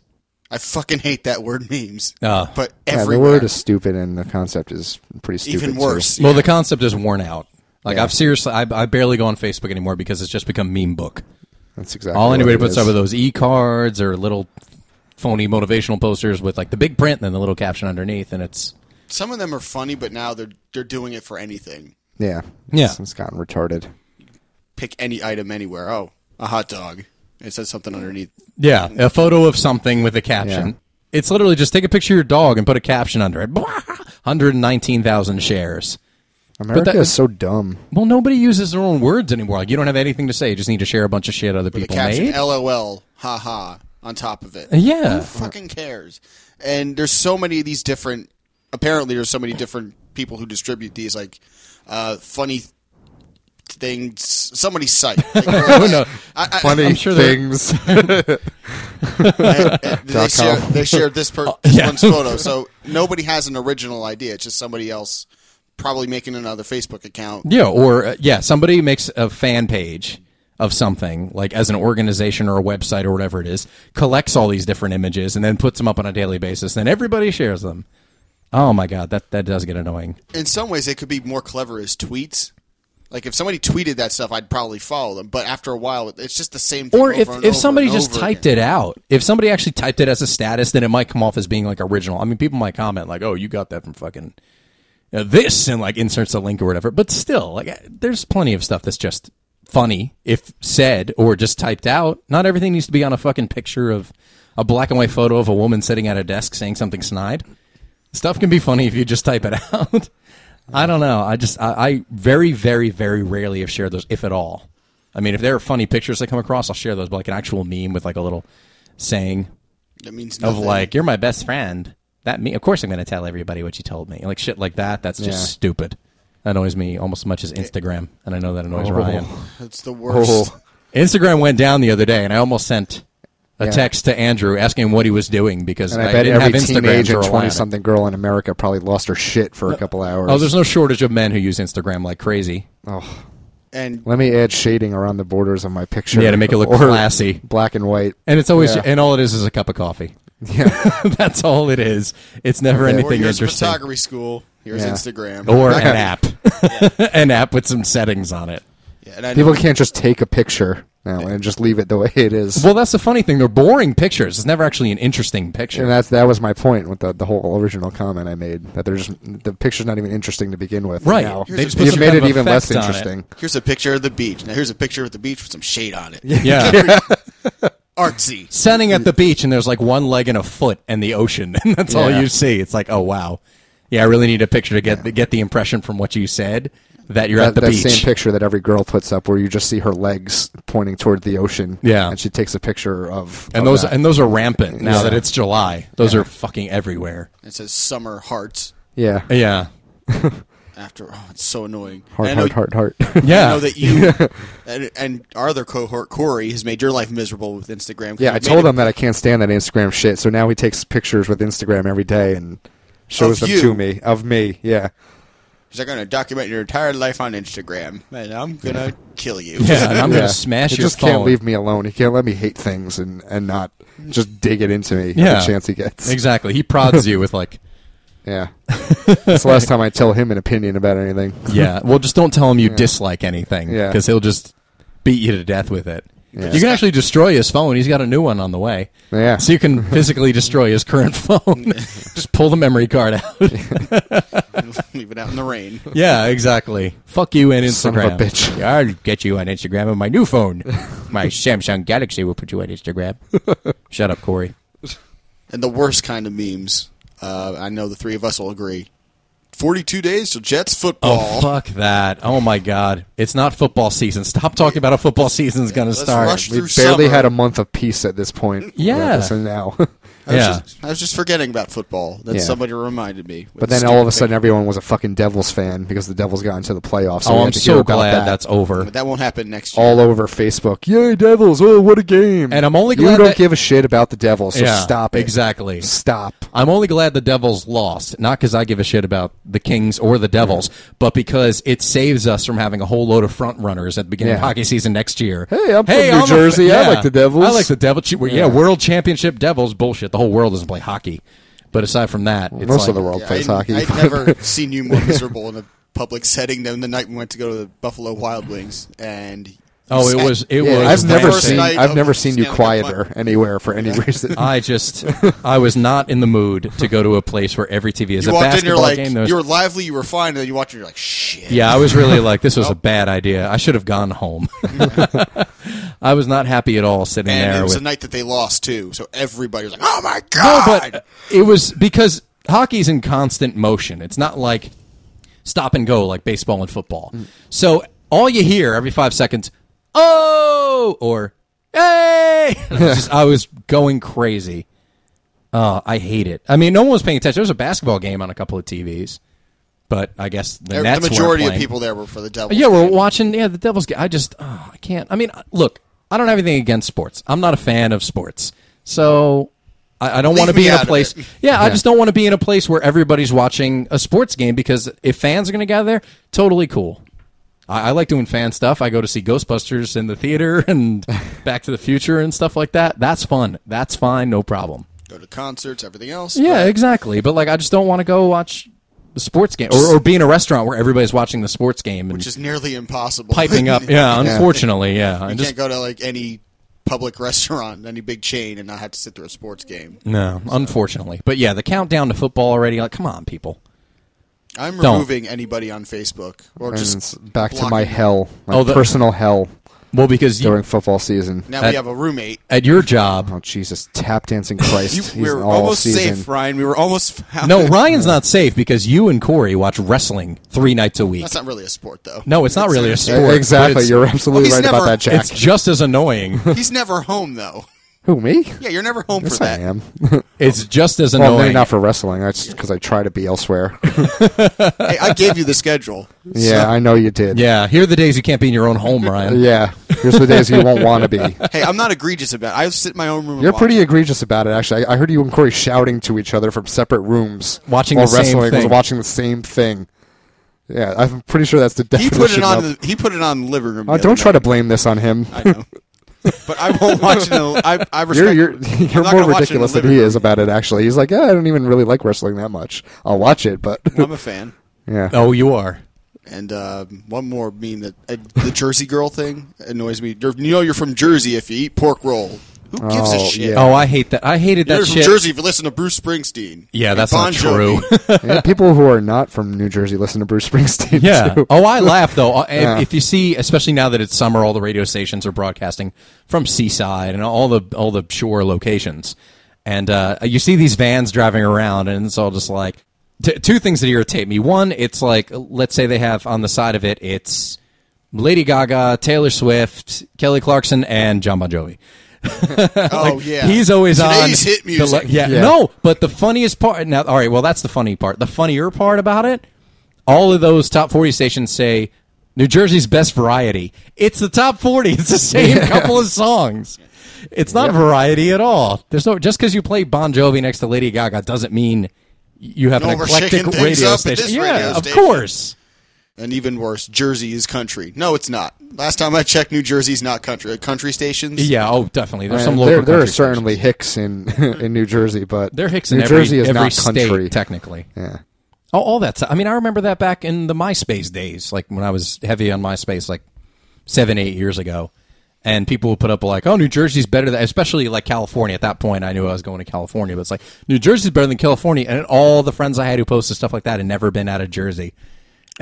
Speaker 1: I fucking hate that word memes.
Speaker 4: Uh,
Speaker 1: but
Speaker 2: Yeah,
Speaker 1: everywhere.
Speaker 2: the word is stupid, and the concept is pretty stupid.
Speaker 1: even
Speaker 2: too.
Speaker 1: worse.
Speaker 4: Well, the concept is worn out. Like
Speaker 2: Yeah.
Speaker 4: I've seriously, I, I barely go on Facebook anymore because it's just become meme book.
Speaker 2: That's exactly
Speaker 4: All
Speaker 2: what
Speaker 4: anybody
Speaker 2: it
Speaker 4: puts
Speaker 2: is.
Speaker 4: up are those e cards or little phony motivational posters with like the big print and then the little caption underneath, and it's
Speaker 1: Some of them are funny, but now they're they're doing it for anything.
Speaker 2: Yeah,
Speaker 4: Yeah.
Speaker 2: It's, it's gotten retarded.
Speaker 1: Pick any item anywhere. Oh, a hot dog. It says something underneath.
Speaker 4: Yeah, a photo of something with a caption.
Speaker 2: Yeah.
Speaker 4: It's literally just take a picture of your dog and put a caption under it. 119,000 shares.
Speaker 2: America
Speaker 4: that-
Speaker 2: is so dumb.
Speaker 4: Well, nobody uses their own words anymore. Like, you don't have anything to say. You just need to share a bunch of shit other
Speaker 1: The
Speaker 4: people
Speaker 1: caption
Speaker 4: made.
Speaker 1: LOL, haha, on top of it.
Speaker 4: yeah.
Speaker 1: Who fucking cares? And there's so many of these different. Apparently, there's so many different people who distribute these like uh, funny things. Somebody's site. Like,
Speaker 4: Oh, no.
Speaker 1: I, I,
Speaker 2: Funny
Speaker 4: I'm sure they're-
Speaker 2: things.
Speaker 1: I- I- they,
Speaker 2: Dot
Speaker 1: share,
Speaker 2: com.
Speaker 1: they shared this, per, this one's photo, so nobody has an original idea. It's just somebody else probably making another Facebook account.
Speaker 4: Yeah, or uh, yeah, somebody makes a fan page of something like as an organization or a website or whatever it is, collects all these different images and then puts them up on a daily basis. Then everybody shares them. Oh my god, that that does get annoying.
Speaker 1: In some ways, it could be more clever as tweets. Like if somebody tweeted that stuff, I'd probably follow them. But after a while, it- it's just the same. thing
Speaker 4: or
Speaker 1: over
Speaker 4: if,
Speaker 1: and
Speaker 4: if
Speaker 1: over
Speaker 4: somebody
Speaker 1: and
Speaker 4: just
Speaker 1: over
Speaker 4: typed
Speaker 1: again.
Speaker 4: it out if somebody actually typed it as a status then it might come off as being like original i mean people might comment like oh you got that from fucking uh, this and like inserts a link or whatever but still like I- there's plenty of stuff that's just funny if said or just typed out not everything needs to be on a fucking picture of a black and white photo of a woman sitting at a desk saying something snide stuff can be funny if you just type it out I don't know. I just I, I very very very rarely have shared those, if at all. I mean, if there are funny pictures that come across, I'll share those. But like an actual meme with like a little saying
Speaker 1: That means
Speaker 4: of
Speaker 1: nothing.
Speaker 4: like "You're my best friend." That me, of course, I'm going to tell everybody what you told me. Like shit like that. That's just
Speaker 2: Yeah.
Speaker 4: stupid. That annoys me almost as much as Instagram, and I know that annoys
Speaker 2: Oh.
Speaker 4: Ryan.
Speaker 1: that's the worst.
Speaker 4: Instagram went down the other day, and I almost sent a
Speaker 2: Yeah.
Speaker 4: text to Andrew asking him what he was doing because
Speaker 2: and I, bet
Speaker 4: didn't
Speaker 2: every
Speaker 4: have Instagram
Speaker 2: teenage
Speaker 4: to
Speaker 2: and
Speaker 4: rely on it.
Speaker 2: twenty-something girl in America probably lost her shit for a couple hours.
Speaker 4: Oh, there's no shortage of men who use Instagram like crazy.
Speaker 1: And
Speaker 2: Let me add shading around the borders of my picture.
Speaker 4: Yeah, to make it look
Speaker 2: Or
Speaker 4: classy.
Speaker 2: black and white.
Speaker 4: And it's always
Speaker 2: Yeah.
Speaker 4: and all it is is a cup of coffee.
Speaker 2: Yeah,
Speaker 4: That's all it is. It's never
Speaker 1: or
Speaker 4: anything
Speaker 1: here's
Speaker 4: interesting. Oh.
Speaker 1: photography school. Here's
Speaker 2: Yeah.
Speaker 1: Instagram.
Speaker 4: Or
Speaker 1: I-
Speaker 4: an app. an app with some settings on it.
Speaker 1: yeah, and I know-
Speaker 2: people can't just take a picture now and just leave it the way it is.
Speaker 4: Well, that's the funny thing. They're boring pictures. It's never actually an interesting
Speaker 2: And
Speaker 4: picture.
Speaker 2: that's that was my point with the, the whole original comment I made that there's the picture's not even interesting to begin with.
Speaker 4: Right.
Speaker 2: Now.
Speaker 4: They just put
Speaker 2: You've
Speaker 4: some
Speaker 2: made
Speaker 4: kind
Speaker 2: it
Speaker 4: of
Speaker 2: even less
Speaker 4: effect on it.
Speaker 2: interesting.
Speaker 1: here's a picture of the beach. Now here's a picture of the beach with some shade on it.
Speaker 4: yeah.
Speaker 1: Artsy.
Speaker 4: Setting at the beach and there's like one leg and a foot and the ocean and that's all
Speaker 2: Yeah.
Speaker 4: you see. It's like, oh wow. Yeah, I really need a picture to get get the impression from what you said that you're at
Speaker 2: That,
Speaker 4: the
Speaker 2: that
Speaker 4: beach.
Speaker 2: same picture that every girl puts up where you just see her legs pointing toward the ocean.
Speaker 4: Yeah.
Speaker 2: And she takes a picture of
Speaker 4: and
Speaker 2: of
Speaker 4: those
Speaker 2: that.
Speaker 4: and those are rampant now
Speaker 2: Oh, Yeah.
Speaker 4: that it's July. Those are fucking everywhere.
Speaker 1: It says summer hearts.
Speaker 2: yeah.
Speaker 4: Yeah.
Speaker 1: After oh, it's so annoying.
Speaker 2: Heart,
Speaker 1: And I know-
Speaker 2: heart, heart, heart.
Speaker 4: Yeah.
Speaker 1: I know that you and, and our other cohort Corey has made your life miserable with Instagram.
Speaker 2: yeah, I told him that I can't stand that Instagram shit, so now he takes pictures with Instagram every day and shows
Speaker 1: Of
Speaker 2: them
Speaker 1: you.
Speaker 2: to me. Of me, yeah.
Speaker 1: he's like, going to document your entire life on Instagram, and I'm gonna kill you.
Speaker 4: Yeah, and I'm
Speaker 2: Yeah.
Speaker 4: gonna smash
Speaker 2: he
Speaker 4: your
Speaker 2: just
Speaker 4: phone.
Speaker 2: can't leave me alone. He can't let me hate things and, and not just dig it into me
Speaker 4: Yeah.
Speaker 2: the chance he gets.
Speaker 4: Exactly. He prods you with like,
Speaker 2: Yeah. That's the last time I tell him an opinion about anything.
Speaker 4: yeah. Well, just don't tell him you dislike anything.
Speaker 2: Yeah.
Speaker 4: Because he'll just beat you to death with it. You can actually destroy his phone. He's got a new one on the way.
Speaker 2: Yeah.
Speaker 4: So you can physically destroy his current phone. Just pull the memory card out.
Speaker 1: Leave it out in the rain.
Speaker 4: yeah, exactly. Fuck you and Instagram.
Speaker 2: Son of a bitch.
Speaker 4: Yeah, I'll get you on Instagram on my new phone. My Samsung Galaxy will put you on Instagram. Shut up, Corey.
Speaker 1: And the worst kind of memes. Uh, I know the three of us will agree. Forty-two days till Jets
Speaker 4: Oh
Speaker 1: football.
Speaker 4: fuck that! Oh my god, it's not football season. Stop talking about a football season's gonna
Speaker 1: let's
Speaker 4: start.
Speaker 1: rush
Speaker 2: We
Speaker 1: through
Speaker 2: barely
Speaker 1: summer.
Speaker 2: had a month of peace at this point.
Speaker 4: Yeah.
Speaker 2: So now.
Speaker 1: I was,
Speaker 4: Yeah.
Speaker 1: just, I was just forgetting about football. Then
Speaker 2: Yeah.
Speaker 1: somebody reminded me. with
Speaker 2: But
Speaker 1: the
Speaker 2: then all of
Speaker 1: stupid
Speaker 2: a
Speaker 1: pick.
Speaker 2: sudden, everyone was a fucking Devils fan because the Devils got into the playoffs. we
Speaker 4: oh,
Speaker 2: had
Speaker 4: I'm
Speaker 2: to hear
Speaker 4: so
Speaker 2: about
Speaker 4: glad
Speaker 2: that.
Speaker 4: that's over.
Speaker 1: But that won't happen next year.
Speaker 2: all over Facebook. Yay, Devils! Oh, what a game!
Speaker 4: And I'm only glad
Speaker 2: you don't
Speaker 4: that-
Speaker 2: give a shit about the Devils. So
Speaker 4: Yeah,
Speaker 2: stop it.
Speaker 4: exactly.
Speaker 2: Stop.
Speaker 4: I'm only glad the Devils lost, not because I give a shit about the Kings or the Devils, but because it saves us from having a whole load of front runners at the beginning of
Speaker 2: Yeah.
Speaker 4: hockey season next year.
Speaker 2: Hey, I'm from New
Speaker 4: a-
Speaker 2: Jersey. I like the Devils.
Speaker 4: I like the Devils. Yeah.
Speaker 2: Yeah.
Speaker 4: World Championship Devils bullshit. The whole world doesn't play hockey. But aside from that, it's
Speaker 2: Most
Speaker 4: like-
Speaker 2: of the world
Speaker 1: Yeah,
Speaker 2: plays
Speaker 1: I,
Speaker 2: hockey.
Speaker 1: I'd never seen you more miserable in a public setting than the night we went to go to the Buffalo Wild Wings, and you
Speaker 4: Oh, it
Speaker 1: sat-
Speaker 4: was it
Speaker 2: Yeah,
Speaker 4: was
Speaker 2: I've never
Speaker 1: first
Speaker 2: seen.
Speaker 1: night
Speaker 2: I've
Speaker 1: of
Speaker 2: never seen you
Speaker 1: Stanley Cup final.
Speaker 2: quieter anywhere for any reason.
Speaker 4: I just I was not in the mood to go to a place where every TV is
Speaker 1: You
Speaker 4: a
Speaker 1: walked in, you're
Speaker 4: basketball
Speaker 1: like,
Speaker 4: game. There was-
Speaker 1: you were lively, you were fine, and then you watch, and you're like, shit.
Speaker 4: Yeah, I was really like, this was a bad idea. I should have gone home. I was not happy at all sitting
Speaker 1: And
Speaker 4: there
Speaker 1: it was
Speaker 4: with.
Speaker 1: a night that they lost too, so everybody was like, oh my
Speaker 4: no,
Speaker 1: god.
Speaker 4: but it was because hockey's in constant motion. It's not like stop and go like baseball and football.
Speaker 1: Mm.
Speaker 4: So all you hear every five seconds, oh, or hey. And I was, just, I was going crazy. Uh, I hate it. I mean, no one was paying attention. There was a basketball game on a couple of TVs, but I guess the,
Speaker 1: the
Speaker 4: Nets weren't
Speaker 1: majority of
Speaker 4: playing.
Speaker 1: people there were for the Devils.
Speaker 4: Yeah, we're
Speaker 1: game.
Speaker 4: watching. Yeah, the Devils. Get, I just oh, I can't. I mean, look, I don't have anything against sports. I'm not a fan of sports, so I, I don't
Speaker 1: Leave
Speaker 4: want to be
Speaker 1: me
Speaker 4: in
Speaker 1: out
Speaker 4: a
Speaker 1: of
Speaker 4: place.
Speaker 1: it.
Speaker 4: Yeah, I just don't want to be in a place where everybody's watching a sports game because if fans are going to gather there, totally cool. I, I like doing fan stuff. I go to see Ghostbusters in the theater and Back to the Future and stuff like that. That's fun. That's fine. No problem.
Speaker 1: go to concerts, everything else.
Speaker 4: Yeah, exactly. But like, I just don't want to go watch. the Sports game, or, or be in a restaurant where everybody's watching the sports game, and
Speaker 1: which is nearly impossible.
Speaker 4: piping up. Yeah, unfortunately, yeah. I
Speaker 1: you
Speaker 4: just
Speaker 1: can't go to like any public restaurant, any big chain, and not have to sit through a sports game.
Speaker 4: no, unfortunately. But yeah, the countdown to football already. Like, come on, people.
Speaker 1: I'm
Speaker 4: Don't.
Speaker 1: removing anybody on Facebook or
Speaker 2: And
Speaker 1: just
Speaker 2: it's back to
Speaker 1: blocking
Speaker 2: my
Speaker 1: them.
Speaker 2: hell, my
Speaker 4: Oh, the-
Speaker 2: personal hell
Speaker 4: Well, because you,
Speaker 2: during football season.
Speaker 1: Now
Speaker 4: That-
Speaker 1: we have a roommate.
Speaker 4: at your job,
Speaker 2: Oh Jesus! Tap dancing Christ.
Speaker 1: You,
Speaker 2: He's
Speaker 1: we
Speaker 2: an
Speaker 1: were
Speaker 2: all
Speaker 1: almost
Speaker 2: season.
Speaker 1: safe, Ryan. We were almost. Found
Speaker 4: no, Ryan's not safe because you and Corey watch wrestling three nights a week.
Speaker 1: That's not really a sport, though.
Speaker 4: No, it's not really a
Speaker 2: Yeah,
Speaker 4: sport. but
Speaker 2: exactly.
Speaker 4: it's-
Speaker 2: You're absolutely
Speaker 1: Well, he's
Speaker 2: right about
Speaker 1: never-
Speaker 2: that, Jack.
Speaker 4: It's just as annoying.
Speaker 1: He's never home, though.
Speaker 2: Who me?
Speaker 1: Yeah, you're never home
Speaker 2: Yes,
Speaker 1: for that.
Speaker 2: I am.
Speaker 4: It's just as
Speaker 2: well, maybe
Speaker 4: annoying.
Speaker 2: not for wrestling. That's because I try to be elsewhere.
Speaker 1: Hey, I gave you the schedule.
Speaker 2: yeah, I know you did.
Speaker 4: yeah, here are the days you can't be in your own home, Ryan.
Speaker 2: Yeah. Here's the days you won't want to be.
Speaker 1: Hey, I'm not egregious about. it. I sit in my own room.
Speaker 2: You're
Speaker 1: and watch
Speaker 2: pretty
Speaker 1: it.
Speaker 2: egregious about it, actually. I, I heard you and Corey shouting to each other from separate rooms
Speaker 4: Watching
Speaker 2: while
Speaker 4: the same
Speaker 2: wrestling was
Speaker 4: thing.
Speaker 2: watching the same thing. Yeah, I'm pretty sure that's the
Speaker 1: He
Speaker 2: definition.
Speaker 1: put it on.
Speaker 2: of-
Speaker 1: The, he put it on the living room. the
Speaker 2: Uh,
Speaker 1: other
Speaker 2: don't try to
Speaker 1: night.
Speaker 2: blame this on him.
Speaker 1: I know. But I won't watch it. In the, I, I
Speaker 2: You're
Speaker 1: respect.
Speaker 2: you're,
Speaker 1: I'm
Speaker 2: you're
Speaker 1: not
Speaker 2: more
Speaker 1: gonna watch it in the
Speaker 2: ridiculous than
Speaker 1: living
Speaker 2: he
Speaker 1: room.
Speaker 2: is about it. Actually, he's like, yeah, I don't even really like wrestling that much. I'll watch it, but
Speaker 1: I'm a fan.
Speaker 2: yeah,
Speaker 4: Oh, you are.
Speaker 1: And um one more meme that uh, the Jersey girl thing annoys me. You're- You know you're from Jersey if you eat pork roll. Who gives a
Speaker 2: Oh,
Speaker 1: shit?
Speaker 2: yeah.
Speaker 4: Oh, I hate that. I hated that
Speaker 1: You're from
Speaker 4: shit.
Speaker 1: Jersey if you listen to Bruce Springsteen.
Speaker 4: Yeah,
Speaker 1: and
Speaker 4: that's
Speaker 1: bon
Speaker 4: not true.
Speaker 1: Jovi.
Speaker 2: Yeah, people who are not from New Jersey listen to Bruce Springsteen.
Speaker 4: Yeah.
Speaker 2: too.
Speaker 4: Oh, I laugh though. Uh, If,
Speaker 2: Yeah.
Speaker 4: if you see, especially now that it's summer, all the radio stations are broadcasting from Seaside and all the all the shore locations, and uh, you see these vans driving around, and it's all just like t- two things that irritate me. One, it's like let's say they have on the side of it, it's Lady Gaga, Taylor Swift, Kelly Clarkson, and John Bon Jovi.
Speaker 1: oh yeah,
Speaker 4: He's always
Speaker 1: Today's
Speaker 4: on
Speaker 1: hit
Speaker 4: the
Speaker 1: music.
Speaker 4: le- yeah,
Speaker 2: Yeah.
Speaker 4: no. But the funniest part now. All right, well, that's the funny part. The funnier part about it, all of those top forty stations say New Jersey's best variety. It's the top forty. It's the same couple of songs. It's not variety at all. There's no just because you play Bon Jovi next to Lady Gaga doesn't mean you have
Speaker 1: No,
Speaker 4: an
Speaker 1: we're
Speaker 4: eclectic
Speaker 1: shaking things
Speaker 4: radio
Speaker 1: up at
Speaker 4: station.
Speaker 1: this
Speaker 4: Yeah,
Speaker 1: radio
Speaker 4: of
Speaker 1: station.
Speaker 4: course.
Speaker 1: and even worse, Jersey is country. No, it's not. Last time I checked, New Jersey's not country. Uh, Country stations.
Speaker 4: Yeah. Oh, definitely. There's
Speaker 2: And
Speaker 4: some local.
Speaker 2: there, there are
Speaker 4: country stations.
Speaker 2: certainly Hicks in in New Jersey, but
Speaker 4: They're Hicks in
Speaker 2: New
Speaker 4: every,
Speaker 2: Jersey is
Speaker 4: every
Speaker 2: not
Speaker 4: state,
Speaker 2: country.
Speaker 4: technically.
Speaker 2: yeah,
Speaker 4: Oh, all that stuff. I mean, I remember that back in the MySpace days, like when I was heavy on MySpace, like seven, eight years ago. And people would put up like, oh, New Jersey's better than, especially like California. At that point, I knew I was going to California, but it's like, New Jersey's better than California. And all the friends I had who posted stuff like that had never been out of Jersey.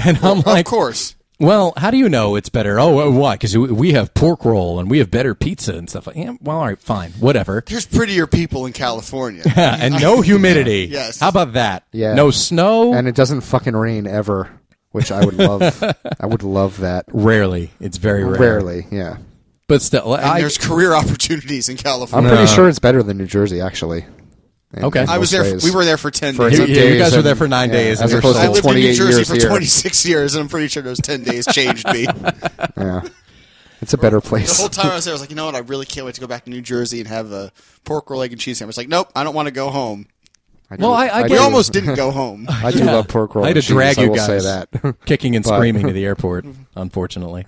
Speaker 4: And I'm
Speaker 1: of
Speaker 4: like,
Speaker 1: course.
Speaker 4: well, how do you know it's better? Oh, well, why? Because we have pork roll and we have better pizza and stuff. Like, yeah, well, all right, fine, whatever.
Speaker 1: There's prettier people in California.
Speaker 4: Yeah, and no humidity.
Speaker 1: Yes.
Speaker 4: How about that?
Speaker 2: Yeah.
Speaker 4: No snow.
Speaker 2: and it doesn't fucking rain ever, which I would love. I would love that.
Speaker 4: rarely. It's very rare.
Speaker 2: Rarely, yeah.
Speaker 4: But still,
Speaker 1: and
Speaker 4: I,
Speaker 1: there's career opportunities in
Speaker 2: I'm
Speaker 1: California.
Speaker 2: pretty sure it's better than New Jersey, actually. In-
Speaker 4: Okay.
Speaker 2: in
Speaker 4: I
Speaker 1: I was
Speaker 2: most
Speaker 1: there.
Speaker 2: ways.
Speaker 1: we were there for ten
Speaker 2: For
Speaker 1: days.
Speaker 2: eight
Speaker 4: Yeah, you
Speaker 2: days
Speaker 4: guys were
Speaker 2: and-
Speaker 4: there for nine
Speaker 2: yeah,
Speaker 4: days,
Speaker 2: as
Speaker 4: and
Speaker 2: opposed
Speaker 1: I
Speaker 2: to
Speaker 1: lived in
Speaker 2: 28
Speaker 1: New Jersey
Speaker 2: years
Speaker 1: for
Speaker 2: here.
Speaker 1: 26 years, and I'm pretty sure those 10 days changed me.
Speaker 2: Yeah, it's a better
Speaker 1: The
Speaker 2: place.
Speaker 1: whole time I was there, I was like, you know what? I really can't wait to go back to New Jersey and have a pork roll, egg, and cheese sandwich. It's like, nope, I don't want to go home.
Speaker 2: do-
Speaker 4: Well, I- I
Speaker 1: We
Speaker 4: Yeah.
Speaker 2: do-
Speaker 1: almost didn't go home.
Speaker 2: I do love pork roll.
Speaker 4: I had to
Speaker 2: and cheese,
Speaker 4: drag
Speaker 2: I
Speaker 4: you
Speaker 2: will
Speaker 4: guys
Speaker 2: say that.
Speaker 4: kicking and
Speaker 2: But-
Speaker 4: screaming to the airport. Unfortunately,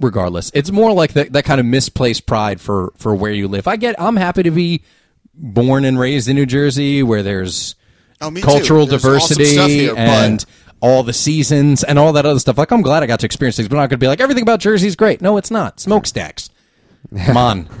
Speaker 4: regardless, it's more like that, that kind of misplaced pride for for where you live. I get. I'm happy to be born and raised in New Jersey, where there's
Speaker 1: Oh, me too.
Speaker 4: cultural
Speaker 1: There's awesome
Speaker 4: diversity
Speaker 1: stuff here, but-
Speaker 4: and all the seasons and all that other stuff. Like, I'm glad I got to experience things, but I'm not going to be like everything about Jersey is great. No, it's not. Smokestacks. Come on,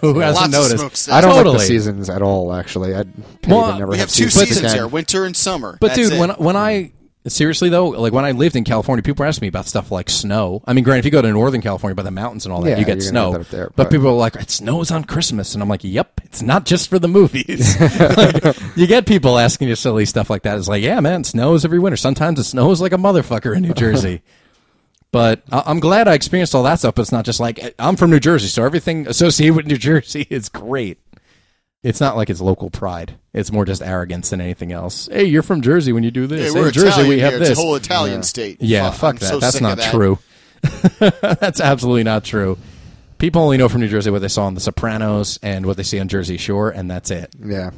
Speaker 4: who
Speaker 1: Lots
Speaker 4: hasn't noticed?
Speaker 1: of smokestacks.
Speaker 2: I don't
Speaker 4: Totally.
Speaker 2: like the seasons at all. Actually, I'd pay
Speaker 4: Well,
Speaker 2: to never
Speaker 1: We have two
Speaker 2: seasons
Speaker 1: seasons
Speaker 2: again.
Speaker 1: here, winter and summer.
Speaker 4: But
Speaker 1: That's
Speaker 4: dude,
Speaker 1: it.
Speaker 4: when when I seriously though, like when I lived in California, people were asking me about stuff like snow. I mean, granted, if you go to Northern California by the mountains and all that,
Speaker 2: Yeah,
Speaker 4: you get
Speaker 2: you're gonna get
Speaker 4: snow.
Speaker 2: that up there,
Speaker 4: but,
Speaker 2: but-
Speaker 4: people are like, "It snows on Christmas," and I'm like, "Yep, it's not just for the movies." Like, you get people asking you silly stuff like that. It's like, "Yeah, man, it snows every winter. Sometimes it snows like a motherfucker in New Jersey." But I- I'm glad I experienced all that stuff. But it's not just like I'm from New Jersey, so everything associated with New Jersey is great. It's not like it's local pride. It's more just arrogance than anything else. Hey, you're from Jersey when you do
Speaker 1: Hey,
Speaker 4: this.
Speaker 1: we're
Speaker 4: in Jersey,
Speaker 1: Italian
Speaker 4: we have
Speaker 1: here.
Speaker 4: this.
Speaker 1: It's a whole Italian state.
Speaker 4: yeah, fuck
Speaker 1: I'm
Speaker 4: that.
Speaker 1: so
Speaker 4: That's
Speaker 1: sick of
Speaker 4: not
Speaker 1: that.
Speaker 4: true. That's absolutely not true. People only know from New Jersey what they saw on The Sopranos and what they see on Jersey Shore, and that's it.
Speaker 2: Yeah,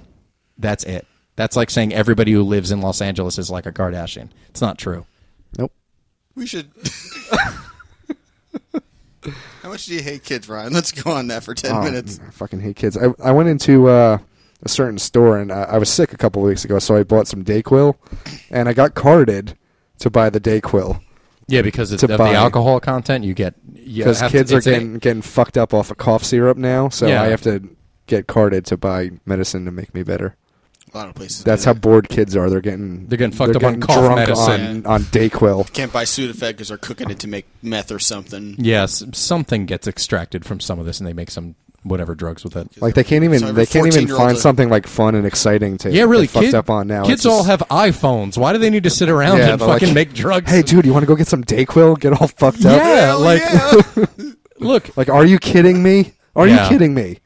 Speaker 4: That's it. That's like saying everybody who lives in Los Angeles is like a Kardashian. It's not true.
Speaker 2: nope.
Speaker 1: We should. How much do you hate kids, Ryan? Let's go on that for 10
Speaker 2: Oh,
Speaker 1: minutes.
Speaker 2: I fucking hate kids. I, I went into uh, a certain store and I, I was sick a couple weeks ago, so I bought some Dayquil, and I got carded to buy the Dayquil
Speaker 4: Yeah, because it's,
Speaker 2: To
Speaker 4: of the
Speaker 2: buy.
Speaker 4: alcohol content you get. you
Speaker 2: because
Speaker 4: have to-
Speaker 2: kids are
Speaker 4: it's a-
Speaker 2: getting getting fucked up off of cough syrup now. So
Speaker 4: Yeah.
Speaker 2: I have to get carded to buy medicine to make me better.
Speaker 1: A lot of places.
Speaker 2: That's
Speaker 1: do
Speaker 2: how
Speaker 1: that.
Speaker 2: bored kids are. They're getting
Speaker 4: They're getting fucked up on
Speaker 2: getting
Speaker 4: cough
Speaker 2: drunk
Speaker 4: medicine.
Speaker 2: on, on Dayquil.
Speaker 1: Can't buy Sudafed because they're cooking it to make meth or something.
Speaker 4: Yes, something gets extracted from some of this, and they make some whatever drugs with it.
Speaker 2: Like they can't even
Speaker 1: So every
Speaker 2: they can't even
Speaker 1: 14-year-old
Speaker 2: find
Speaker 1: is-
Speaker 2: something like fun and exciting to
Speaker 4: Yeah, really.
Speaker 2: get fucked
Speaker 4: kid-
Speaker 2: up on now.
Speaker 4: Kids
Speaker 2: It's just-
Speaker 4: all have iPhones. Why do they need to sit around
Speaker 2: Yeah,
Speaker 4: and
Speaker 2: they're like,
Speaker 4: fucking make drugs?
Speaker 2: Hey, dude, you want to go get some Dayquil? Get all fucked up.
Speaker 4: Yeah,
Speaker 1: Hell
Speaker 4: like
Speaker 1: yeah.
Speaker 4: look,
Speaker 2: Like, are you kidding me? Are
Speaker 4: Yeah.
Speaker 2: you kidding me?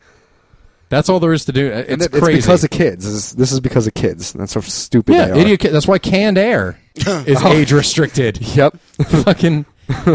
Speaker 4: that's all there is to do. Uh,
Speaker 2: And
Speaker 4: It's
Speaker 2: it-
Speaker 4: crazy.
Speaker 2: because of kids. This is, this is because of kids. Oh. That's how stupid
Speaker 4: yeah,
Speaker 2: they are.
Speaker 4: idiot. Kid. That's why canned air is age restricted.
Speaker 2: Yep.
Speaker 4: fucking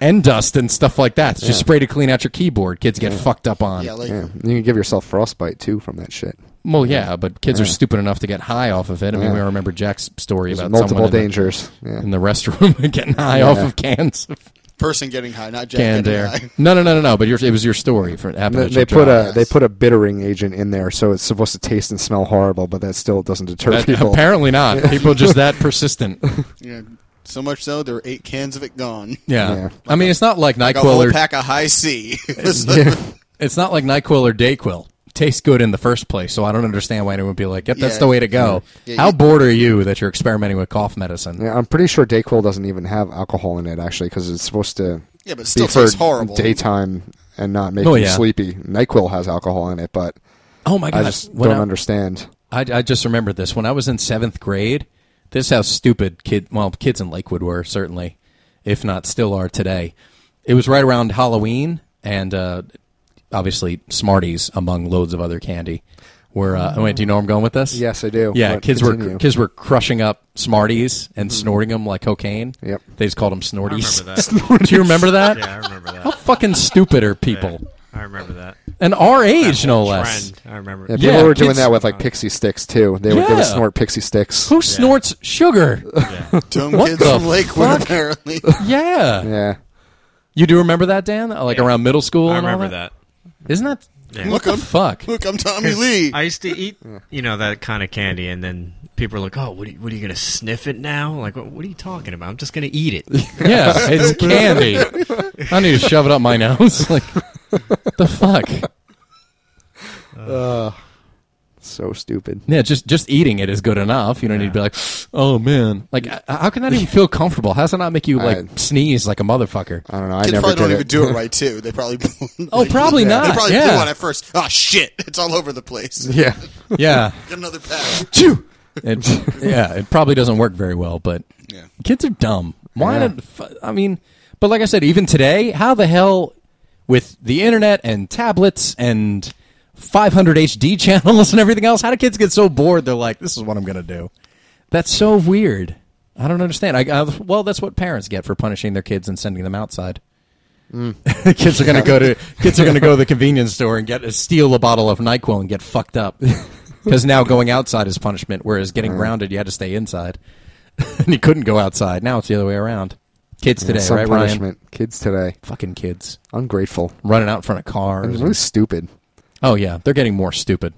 Speaker 4: and dust and stuff like that. It's just spray to clean out your keyboard. Kids get fucked up on.
Speaker 1: Yeah, like
Speaker 2: Yeah. You can give yourself frostbite too from that shit.
Speaker 4: Well, yeah, but kids are stupid enough to get high off of it. I mean,
Speaker 2: Yeah.
Speaker 4: we remember Jack's story
Speaker 2: There's
Speaker 4: about
Speaker 2: multiple
Speaker 4: someone in the-
Speaker 2: dangers. Yeah.
Speaker 4: in the restroom getting high off
Speaker 2: Yeah.
Speaker 4: of cans of
Speaker 1: person getting high, not Jack
Speaker 4: canned
Speaker 1: getting
Speaker 4: air.
Speaker 1: high.
Speaker 4: No, no, no, no, no. But your, it was your story for
Speaker 2: And
Speaker 4: happening.
Speaker 2: They,
Speaker 4: at your
Speaker 2: they put uh,
Speaker 4: job.
Speaker 2: a they put a bittering agent in there, so it's supposed to taste and smell horrible, but that still doesn't deter
Speaker 4: That-
Speaker 2: people.
Speaker 4: apparently not. People just that persistent.
Speaker 1: Yeah. So much so, there are eight cans of it gone.
Speaker 4: Yeah.
Speaker 2: Yeah.
Speaker 4: I mean, it's not like
Speaker 1: Got a whole
Speaker 4: Nyquil or
Speaker 1: pack of high C.
Speaker 4: it's not like Nyquil or Dayquil. Tastes good in the first place, so I don't understand why anyone would be like, "Yep, that's
Speaker 1: Yeah.
Speaker 4: the way to go."
Speaker 1: Yeah,
Speaker 4: How
Speaker 1: you-
Speaker 4: bored are you that you're experimenting with cough medicine?
Speaker 2: Yeah, I'm pretty sure Dayquil doesn't even have alcohol in it actually, because it's supposed to
Speaker 1: Yeah, but it still
Speaker 2: be for
Speaker 1: tastes horrible.
Speaker 2: daytime and not make
Speaker 4: Oh,
Speaker 2: you
Speaker 4: yeah.
Speaker 2: sleepy. Nyquil has alcohol in it, but
Speaker 4: Oh my
Speaker 2: I
Speaker 4: god!
Speaker 2: just
Speaker 4: When
Speaker 2: don't
Speaker 4: I-
Speaker 2: understand.
Speaker 4: I, I just remembered this when I was in seventh grade. This is how stupid kid well kids in Lakewood were certainly, if not still are today. It was right around Halloween, and uh, obviously Smarties among loads of other candy. Where uh, wait, do you know where I'm going with this?
Speaker 2: Yes, I do.
Speaker 4: Yeah,
Speaker 2: but
Speaker 4: kids
Speaker 2: continue. Mm-hmm.
Speaker 4: were kids were crushing up Smarties and snorting them like cocaine.
Speaker 2: Yep.
Speaker 4: they just called them
Speaker 3: I
Speaker 4: Snorties.
Speaker 3: remember that.
Speaker 4: Do you remember that?
Speaker 3: Yeah, I remember that.
Speaker 4: How fucking stupid are people?
Speaker 3: I remember that.
Speaker 4: And our age, no less.
Speaker 3: Trend. I remember.
Speaker 2: Yeah,
Speaker 3: Yeah,
Speaker 2: people
Speaker 4: Yeah,
Speaker 2: were doing
Speaker 4: kids-
Speaker 2: that with like pixie sticks too. They would, they
Speaker 4: Yeah.
Speaker 2: would snort pixie sticks.
Speaker 4: Who snorts sugar?
Speaker 1: Dumb
Speaker 4: What
Speaker 1: kids
Speaker 4: the
Speaker 1: from Lakewood,
Speaker 4: fuck?
Speaker 1: apparently.
Speaker 4: yeah.
Speaker 2: Yeah,
Speaker 4: you do remember that, Dan? Uh, Like
Speaker 3: Yeah.
Speaker 4: around middle school.
Speaker 3: I
Speaker 4: and all
Speaker 3: remember that.
Speaker 4: Isn't that
Speaker 3: Yeah.
Speaker 4: what the
Speaker 1: Look, I'm-
Speaker 4: fuck?
Speaker 1: Look, I'm Tommy Lee.
Speaker 3: I used to eat, you know, that kind of candy, and then people are like, "Oh, what are you, what are you going to sniff it now?" Like, what, what are you talking about? I'm just going to eat it.
Speaker 4: Yeah, it's candy. I need to shove it up my nose. like the fuck.
Speaker 2: So stupid.
Speaker 4: Yeah, just just eating it is good enough. You don't need to be like, oh man, like h- how can that even feel comfortable? How does that not make you like
Speaker 2: I-
Speaker 4: sneeze like a motherfucker?
Speaker 2: I don't know. I
Speaker 1: Kids probably
Speaker 2: never did
Speaker 1: don't
Speaker 2: it.
Speaker 1: even do it right too. They probably
Speaker 4: Oh, probably not.
Speaker 1: They probably
Speaker 4: yeah.
Speaker 1: blew on it first. Oh shit! It's all over the place.
Speaker 2: yeah.
Speaker 4: Yeah,
Speaker 1: Get another pass.
Speaker 4: it, yeah, it probably doesn't work very well. But
Speaker 1: Yeah.
Speaker 4: kids are dumb. Why?
Speaker 2: Yeah.
Speaker 4: Did, f- I mean, but like I said, even today, how the hell with the internet and tablets and 500 HD channels and everything else, how do kids get so bored? They're like, this is what I'm going to do. That's so weird. I don't understand. I, I well, that's what parents get for punishing their kids and sending them outside. kids are going to go to kids are going to go to the convenience store and get steal a bottle of Nyquil and get fucked up because now going outside is punishment, whereas getting grounded you had to stay inside and you couldn't go outside. Now it's the other way around. Kids today,
Speaker 2: Some
Speaker 4: right, Ryan?
Speaker 2: punishment. Kids today.
Speaker 4: Fucking kids
Speaker 2: Ungrateful.
Speaker 4: running out in front of
Speaker 2: And
Speaker 4: cars.
Speaker 2: really stupid.
Speaker 4: Oh yeah, they're getting more stupid.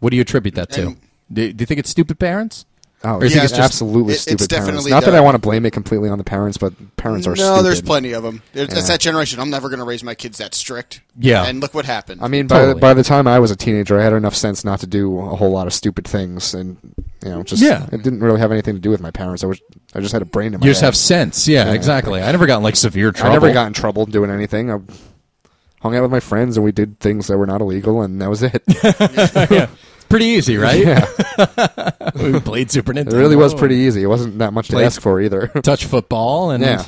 Speaker 4: What do you attribute that to?
Speaker 1: And-
Speaker 4: Do, do you think it's stupid parents?
Speaker 2: Oh,
Speaker 4: Or
Speaker 2: it's
Speaker 4: is it just-
Speaker 2: absolutely
Speaker 1: it- it's
Speaker 2: stupid parents.
Speaker 1: definitely
Speaker 2: Not that
Speaker 1: the-
Speaker 2: I want to blame it completely on the parents, but parents
Speaker 1: no,
Speaker 2: are stupid.
Speaker 1: there's plenty of them. It's
Speaker 2: Yeah.
Speaker 1: That's that generation. I'm never going to raise my kids that strict.
Speaker 4: Yeah.
Speaker 1: And look what happened.
Speaker 2: I mean, by
Speaker 4: Totally.
Speaker 2: the, by the time I was a teenager, I had enough sense not to do a whole lot of stupid things, and you know, just
Speaker 4: Yeah.
Speaker 2: it didn't really have anything to do with my parents. I was, I just had a brain in my.
Speaker 4: You just
Speaker 2: head.
Speaker 4: have sense. Yeah, exactly. I never got in like severe trouble.
Speaker 2: I never got in trouble doing anything. I hung out with my friends, and we did things that were not illegal, and that was it. it
Speaker 4: It's pretty easy, right? Yeah. we played Super Nintendo. Oh.
Speaker 2: really was pretty easy. It wasn't that much to
Speaker 4: Played-
Speaker 2: ask for either.
Speaker 4: Touch football and
Speaker 2: yeah,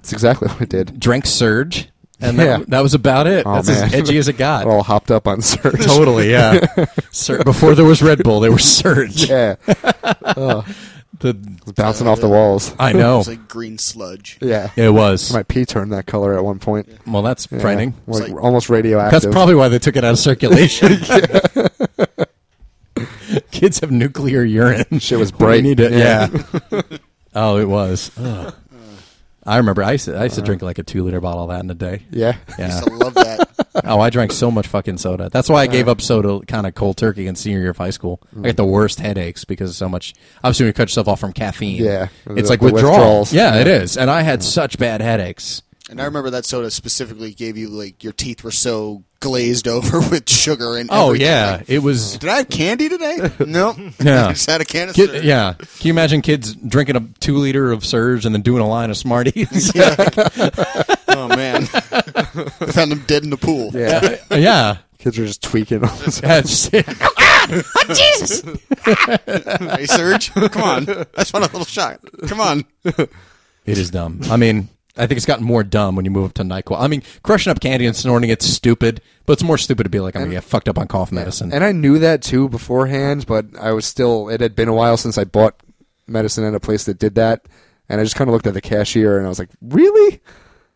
Speaker 2: it's exactly what I did.
Speaker 4: drank Surge, and
Speaker 2: Yeah.
Speaker 4: that, that was about it.
Speaker 2: Oh,
Speaker 4: That's
Speaker 2: man. Oh,
Speaker 4: as edgy as it
Speaker 2: I
Speaker 4: got.
Speaker 2: all hopped up on search.
Speaker 4: totally, yeah. Sur- before there was Red Bull, there was Surge.
Speaker 2: yeah,
Speaker 4: The,
Speaker 2: bouncing off the walls.
Speaker 4: I know
Speaker 1: It's like green sludge.
Speaker 2: Yeah,
Speaker 4: it was.
Speaker 2: my pee turned that color at one point.
Speaker 4: Well, that's
Speaker 2: Yeah.
Speaker 4: frightening.
Speaker 2: like,
Speaker 1: like-
Speaker 2: almost radioactive.
Speaker 4: That's probably why they took it out of circulation. Kids have nuclear urine.
Speaker 2: Shit was
Speaker 4: We
Speaker 2: bright.
Speaker 4: need to- yeah.
Speaker 2: Yeah.
Speaker 4: oh, it was. Ugh. I remember. I used to, I used to
Speaker 2: Uh-huh.
Speaker 4: drink like a two liter bottle of that in a day.
Speaker 2: yeah.
Speaker 1: I
Speaker 4: Yeah.
Speaker 1: used to love that.
Speaker 4: Oh, I drank so much fucking soda. That's why I gave up soda kind of cold turkey in senior year of high school. I
Speaker 2: Mm.
Speaker 4: get the worst headaches because of so much. Obviously, when you cut yourself off from caffeine,
Speaker 2: Yeah.
Speaker 4: it's
Speaker 2: The-
Speaker 4: like
Speaker 2: the
Speaker 4: withdrawal.
Speaker 2: withdrawals.
Speaker 4: Yeah, it is. And I had such bad headaches.
Speaker 1: And I remember that soda specifically gave you like your teeth were so glazed over with sugar and.
Speaker 4: Oh
Speaker 1: everything.
Speaker 4: yeah,
Speaker 1: Like,
Speaker 4: it was.
Speaker 1: Did I have candy today? no.
Speaker 4: Yeah.
Speaker 1: I just had a can of
Speaker 4: Kid,
Speaker 1: syrup.
Speaker 4: yeah, can you imagine kids drinking a two liter of Surge and then doing a line of Smarties?
Speaker 1: Oh man. I found them dead in the pool.
Speaker 2: Yeah.
Speaker 4: yeah,
Speaker 2: Kids are just tweaking. all the time.
Speaker 4: That's-
Speaker 1: Hey Serge, come on. I just want a little shot. Come on.
Speaker 4: It is dumb. I mean, I think it's gotten more dumb when you move up to NyQuil. I mean, crushing up candy and snorting it's stupid, but it's more stupid to be like, I'm going to get fucked up on cough medicine.
Speaker 2: and I knew that too beforehand, but I was still. It had been a while since I bought medicine at a place that did that, and I just kind of looked at the cashier and I was like, "Really,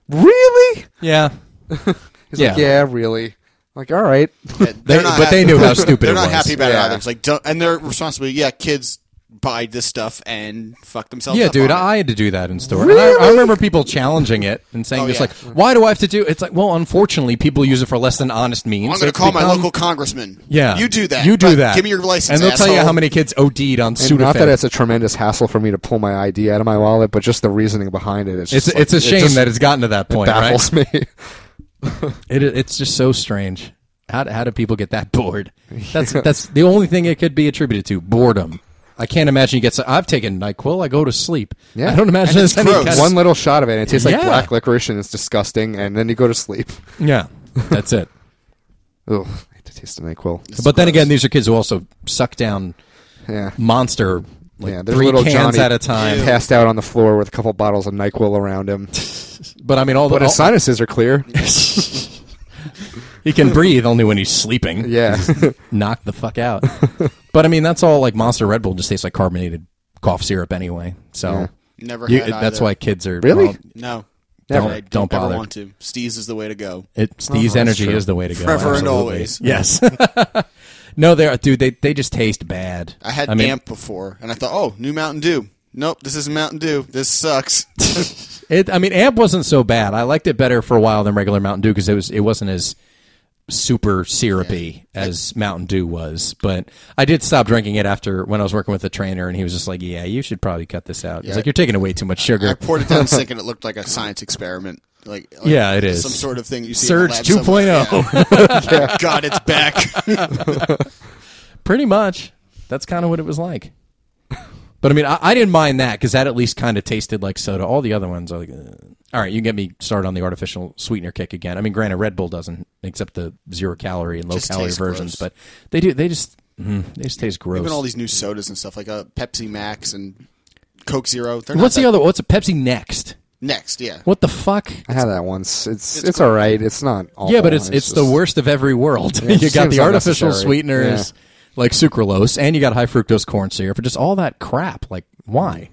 Speaker 2: really?"
Speaker 4: yeah.
Speaker 2: He's
Speaker 4: Yeah.
Speaker 2: like, "Yeah, really." I'm like, all right.
Speaker 1: Yeah, they're not
Speaker 4: but
Speaker 1: hap-
Speaker 4: they knew how stupid
Speaker 1: They're
Speaker 4: it
Speaker 1: not
Speaker 4: was.
Speaker 1: happy about it
Speaker 2: Yeah.
Speaker 1: either. It's like, don't, and they're responsible. Yeah, kids buy this stuff and fuck themselves.
Speaker 4: Yeah,
Speaker 1: up
Speaker 4: dude,
Speaker 1: on it.
Speaker 4: I had to do that in store. And I, I remember people challenging it and saying,
Speaker 1: Oh,
Speaker 4: just
Speaker 1: yeah.
Speaker 4: like, why do I have to do It's like, well, unfortunately, people use it for less than honest means.
Speaker 1: I'm
Speaker 4: so
Speaker 1: going to
Speaker 4: it's
Speaker 1: call my
Speaker 4: become-
Speaker 1: local congressman.
Speaker 4: Yeah.
Speaker 1: you do that.
Speaker 4: You do
Speaker 1: But
Speaker 4: that.
Speaker 1: Give me your license,
Speaker 4: And they'll tell you
Speaker 1: asshole.
Speaker 4: how many kids OD'd on
Speaker 2: And
Speaker 4: Sudafed.
Speaker 2: not that it's a tremendous hassle for me to pull my ID out of my wallet, but just the reasoning behind it. It's
Speaker 4: it's,
Speaker 2: just like-
Speaker 4: it's a
Speaker 2: it
Speaker 4: shame
Speaker 2: just
Speaker 4: that it's gotten to that point, right?
Speaker 2: baffles me.
Speaker 4: It, it's just so strange. How do, how do people get that bored? That's that's the only thing it could be attributed to boredom. I can't imagine you get. So, I've taken Nyquil. I go to sleep.
Speaker 2: Yeah.
Speaker 4: I don't imagine
Speaker 1: And it's
Speaker 4: there's any
Speaker 1: gross.
Speaker 4: kind of-
Speaker 2: One little shot of it, and it tastes
Speaker 4: Yeah.
Speaker 2: like black licorice, and it's disgusting. And then you go to sleep.
Speaker 4: yeah, that's it.
Speaker 2: Ugh, I hate to taste of Nyquil.
Speaker 4: but then again, these are kids who also suck down
Speaker 2: Yeah.
Speaker 4: monster like
Speaker 2: yeah, there's
Speaker 4: three
Speaker 2: little
Speaker 4: cans
Speaker 2: Johnny
Speaker 4: at a time.
Speaker 2: passed out on the floor with a couple bottles of Nyquil around him.
Speaker 4: But I mean, all the
Speaker 2: But his sinuses are clear.
Speaker 4: he can breathe only when he's sleeping.
Speaker 2: Yeah,
Speaker 4: knock the fuck out. but I mean, that's all like Monster Red Bull just tastes like carbonated cough syrup anyway. So.
Speaker 1: Never.
Speaker 4: You,
Speaker 1: had
Speaker 4: that's
Speaker 1: either.
Speaker 4: why kids are
Speaker 2: Really?
Speaker 4: well,
Speaker 1: No.
Speaker 4: Don't-
Speaker 1: I
Speaker 4: don't
Speaker 1: ever
Speaker 4: bother.
Speaker 1: want to. Steez is the way to go.
Speaker 4: It's these
Speaker 2: that's
Speaker 4: energy
Speaker 2: true.
Speaker 4: is the way to go.
Speaker 1: Forever and
Speaker 4: absolutely.
Speaker 1: always.
Speaker 4: Yes. no, they are, dude. They they just taste bad.
Speaker 1: I had
Speaker 4: mean,
Speaker 1: damp before, and I thought, oh, new Mountain Dew. Nope, this isn't Mountain Dew. This sucks.
Speaker 4: It, I mean, amp wasn't so bad. I liked it better for a while than regular Mountain Dew because it was it wasn't as super syrupy as Mountain Dew was. But I did stop drinking it after when I was working with the trainer, and he was just like, "Yeah, you should probably cut this out." He's
Speaker 1: Yeah.
Speaker 4: like, "You're taking away too much sugar."
Speaker 1: I poured it down the sink and it looked like a science experiment. Like, like
Speaker 4: Yeah, it is.
Speaker 1: some sort of thing you see.
Speaker 4: Surge oh.
Speaker 1: in the lab somewhere.
Speaker 4: 2.0.
Speaker 1: Yeah. God, it's back.
Speaker 4: Pretty much. That's kind of what it was like. But I mean, I, I didn't mind that because that at least kind of tasted like soda. All the other ones are like, "Ugh." all right, you get me started on the artificial sweetener kick again. I mean, granted, Red Bull doesn't, except the zero calorie and low
Speaker 1: Just
Speaker 4: calorie
Speaker 1: tastes
Speaker 4: versions,
Speaker 1: gross.
Speaker 4: but they do. They just, mm, they just taste gross.
Speaker 1: Even all these new sodas and stuff like uh, Pepsi Max and Coke Zero. They're not
Speaker 4: What's
Speaker 1: that-
Speaker 4: the other? What's a Pepsi next?
Speaker 1: next? Yeah,
Speaker 4: What the fuck?
Speaker 2: I had that once. It's it's,
Speaker 1: cool.
Speaker 2: all right. It's not. Awful.
Speaker 4: Yeah, but it's it's, the
Speaker 2: just-
Speaker 4: worst of every world.
Speaker 2: it
Speaker 4: you
Speaker 2: just
Speaker 4: got
Speaker 2: seems
Speaker 4: the artificial
Speaker 2: unnecessary.
Speaker 4: sweeteners like sucralose, and you got high fructose corn syrup, and just all that crap. Like, why?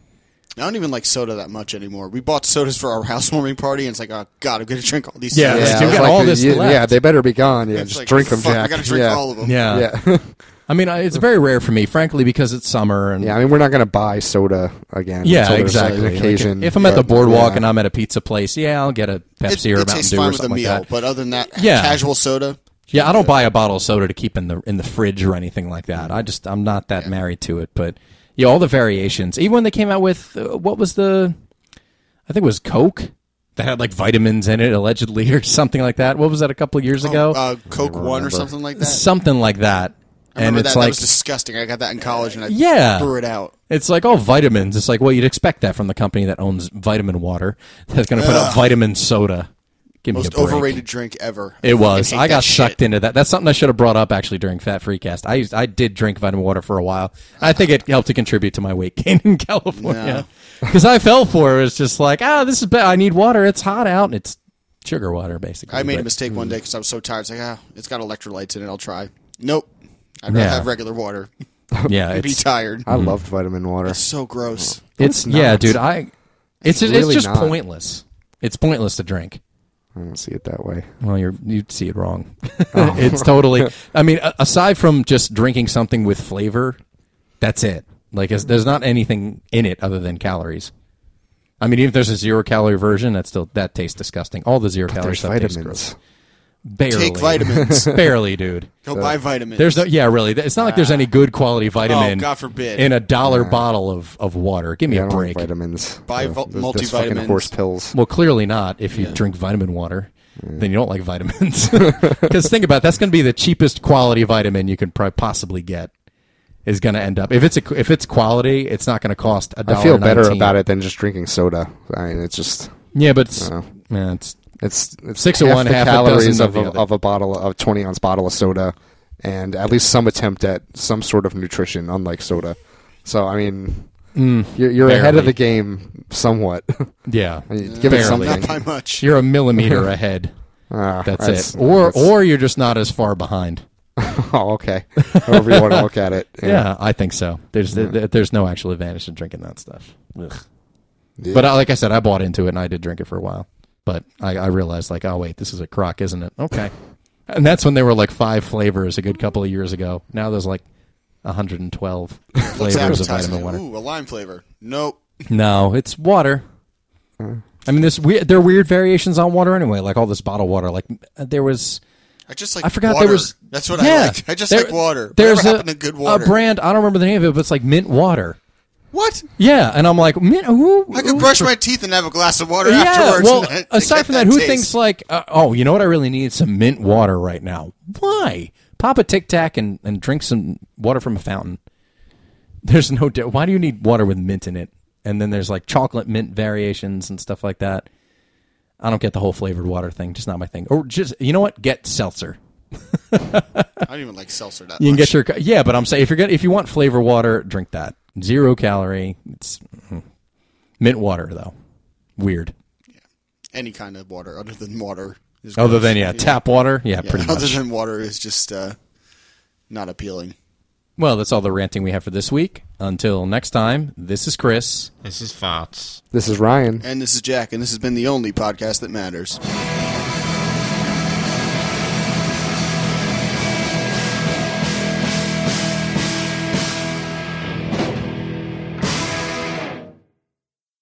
Speaker 1: I don't even like soda that much anymore. We bought sodas for our housewarming party, and it's like, oh god, I'm gonna drink all these.
Speaker 4: Yeah,
Speaker 1: sodas.
Speaker 2: Yeah,
Speaker 4: it's you
Speaker 2: I was
Speaker 4: got
Speaker 2: like,
Speaker 4: all this
Speaker 2: yeah,
Speaker 4: left.
Speaker 2: yeah, they better be gone. Yeah,
Speaker 1: It's
Speaker 2: just
Speaker 1: like,
Speaker 2: drink them,
Speaker 1: fuck,
Speaker 2: Jack.
Speaker 1: I gotta drink
Speaker 2: yeah.
Speaker 1: all of them.
Speaker 4: Yeah.
Speaker 2: Yeah,
Speaker 4: I mean, I- it's very rare for me, frankly, because it's summer and
Speaker 2: yeah. I mean, we're not gonna buy soda again.
Speaker 4: Yeah,
Speaker 2: until there's, like,
Speaker 4: exactly.
Speaker 2: an occasion,
Speaker 4: if I'm at the
Speaker 2: but,
Speaker 4: boardwalk
Speaker 2: yeah.
Speaker 4: and I'm at a pizza place, yeah, I'll get a
Speaker 1: It,
Speaker 4: Pepsi
Speaker 1: it
Speaker 4: or a Mountain
Speaker 1: tastes
Speaker 4: Dew
Speaker 1: fine
Speaker 4: or
Speaker 1: with a
Speaker 4: something like
Speaker 1: meal,
Speaker 4: that.
Speaker 1: but other than that,
Speaker 4: Yeah.
Speaker 1: casual soda.
Speaker 4: yeah, I don't buy a bottle of soda to keep in the in the fridge or anything like that. I just I'm not that married to it, but yeah, all the variations. Even when they came out with uh, what was the I think it was Coke that had like vitamins in it allegedly or something like that. What was that a couple of years ago?
Speaker 1: uh, Coke One or something like that.
Speaker 4: something like that.
Speaker 1: I remember
Speaker 4: and it's
Speaker 1: that. that
Speaker 4: like
Speaker 1: was disgusting. I got that in college, and I
Speaker 4: Yeah.
Speaker 1: threw it out.
Speaker 4: It's like, oh, vitamins. It's like, well, you'd expect that from the company that owns vitamin water that's going to put out vitamin soda. Give me
Speaker 1: Most
Speaker 4: a break.
Speaker 1: overrated drink ever.
Speaker 4: It was. I
Speaker 1: sucked
Speaker 4: got
Speaker 1: in.
Speaker 4: sucked into that. That's something I should have brought up actually during Fat Free Cast. I used, I did drink vitamin water for a while. I think it helped to contribute to my weight gain in California because I fell for it. It was just like, ah, this is bad. I need water. It's hot out and it's sugar water basically.
Speaker 1: I made a
Speaker 4: But- mm.
Speaker 1: mistake one day because I was so tired. It's like, ah, it's got electrolytes in it. I'll try. Nope. I'd rather
Speaker 4: Yeah.
Speaker 1: have regular water.
Speaker 4: Yeah,
Speaker 1: I'd be
Speaker 4: it's,
Speaker 1: tired.
Speaker 2: I loved vitamin water.
Speaker 1: so gross.
Speaker 4: it's yeah,
Speaker 2: not.
Speaker 4: dude. I it's it's,
Speaker 2: really
Speaker 4: just
Speaker 2: not.
Speaker 4: pointless. It's pointless to drink.
Speaker 2: I don't see it that way.
Speaker 4: Well, you're you see it wrong. it's totally. I mean, a- aside from just drinking something with flavor, that's it. Like, it's- there's not anything in it other than calories. I mean, even if there's a zero calorie version, that still that tastes disgusting. All the zero calorie
Speaker 2: There's
Speaker 4: stuff tastes gross.
Speaker 2: vitamins.
Speaker 4: Barely,
Speaker 1: Take vitamins.
Speaker 4: barely, dude.
Speaker 1: Go buy vitamins.
Speaker 4: There's no, yeah, really. th- It's not like there's any good quality vitamin.
Speaker 1: Oh, God forbid.
Speaker 4: In a dollar bottle of, of water, give me
Speaker 2: Yeah, I
Speaker 4: a
Speaker 2: don't like
Speaker 4: break.
Speaker 2: vitamins.
Speaker 1: Buy
Speaker 2: Yeah,
Speaker 1: vul-
Speaker 2: those- those fucking
Speaker 1: multivitamins.
Speaker 2: horse pills.
Speaker 4: Well, clearly not. If you drink vitamin water, then you don't like vitamins. Because think about it, that's going to be the cheapest quality vitamin you can probably possibly get. Is going to end up if it's a, if it's quality, it's not going to cost a dollar.
Speaker 2: I feel better about it than just drinking soda. I mean, it's just
Speaker 4: Yeah, but it's,
Speaker 2: Oh.
Speaker 4: yeah, it's
Speaker 2: It's, it's
Speaker 4: Six of one,
Speaker 2: the
Speaker 4: half a
Speaker 2: calories
Speaker 4: dozen of
Speaker 2: of,
Speaker 4: the
Speaker 2: a,
Speaker 4: other.
Speaker 2: of a bottle of twenty ounce bottle of soda, and at least some attempt at some sort of nutrition, unlike soda. So I mean, you're, you're ahead of
Speaker 4: Mm, barely.
Speaker 2: the game somewhat.
Speaker 4: yeah,
Speaker 2: I mean, Give it
Speaker 4: Barely.
Speaker 1: not by
Speaker 2: something.
Speaker 1: much.
Speaker 4: you're a millimeter ahead.
Speaker 2: Ah,
Speaker 4: That's, it.
Speaker 2: no,
Speaker 4: Or
Speaker 2: that's-
Speaker 4: or you're just not as far behind.
Speaker 2: oh, okay. However you want to look at it.
Speaker 4: Yeah, I think so. There's there- there's no actual advantage to drinking that stuff.
Speaker 2: Yeah.
Speaker 4: But I, like I said, I bought into it and I did drink it for a while. But I, I realized like, oh wait, this is a crock, isn't it? Okay. and that's when there were like five flavors a good couple of years ago. Now there's like 112
Speaker 1: Looks
Speaker 4: flavors of
Speaker 1: appetizing.
Speaker 4: vitamin water.
Speaker 1: Ooh, a lime flavor. Nope.
Speaker 4: No, it's water.
Speaker 1: Uh.
Speaker 4: I mean, this weird. There are weird variations on water anyway. Like all this bottled water. Like uh, there was.
Speaker 1: I just like
Speaker 4: I forgot
Speaker 1: water.
Speaker 4: there was.
Speaker 1: That's what
Speaker 4: Yeah.
Speaker 1: I like. I just
Speaker 4: There-
Speaker 1: like water.
Speaker 4: There's
Speaker 1: Whatever
Speaker 4: a,
Speaker 1: happened to good water?
Speaker 4: a brand. I don't remember the name of it, but it's like mint water.
Speaker 1: What?
Speaker 4: Yeah, and I'm like mint. Who?
Speaker 1: I could
Speaker 4: who-
Speaker 1: brush my teeth and have a glass of water
Speaker 4: Yeah,
Speaker 1: afterwards.
Speaker 4: well,
Speaker 1: and I-
Speaker 4: aside
Speaker 1: get
Speaker 4: from that, who
Speaker 1: taste.
Speaker 4: thinks like, uh, oh, you know what? I really need some mint water right now. Why? Pop a Tic Tac and, and drink some water from a fountain. There's no. Di- Why do you need water with mint in it? And then there's like chocolate mint variations and stuff like that. I don't get the whole flavored water thing. Just not my thing. Or just you know what? Get seltzer.
Speaker 1: I don't even like seltzer that
Speaker 4: You can
Speaker 1: much.
Speaker 4: get your yeah, but I'm saying if you're gonna, if you want flavor water, drink that. Zero calorie. It's mm. mint water though. Weird.
Speaker 1: Any kind of water other than water. is
Speaker 4: Other
Speaker 1: gross.
Speaker 4: than yeah, tap water. Yeah,
Speaker 1: Yeah,
Speaker 4: pretty much.
Speaker 1: Other than water is just uh, not appealing.
Speaker 4: Well, that's all the ranting we have for this week. Until next time, this is Chris.
Speaker 3: This is Fox.
Speaker 2: This is Ryan.
Speaker 1: And this is Jack, and this has been the only podcast that matters.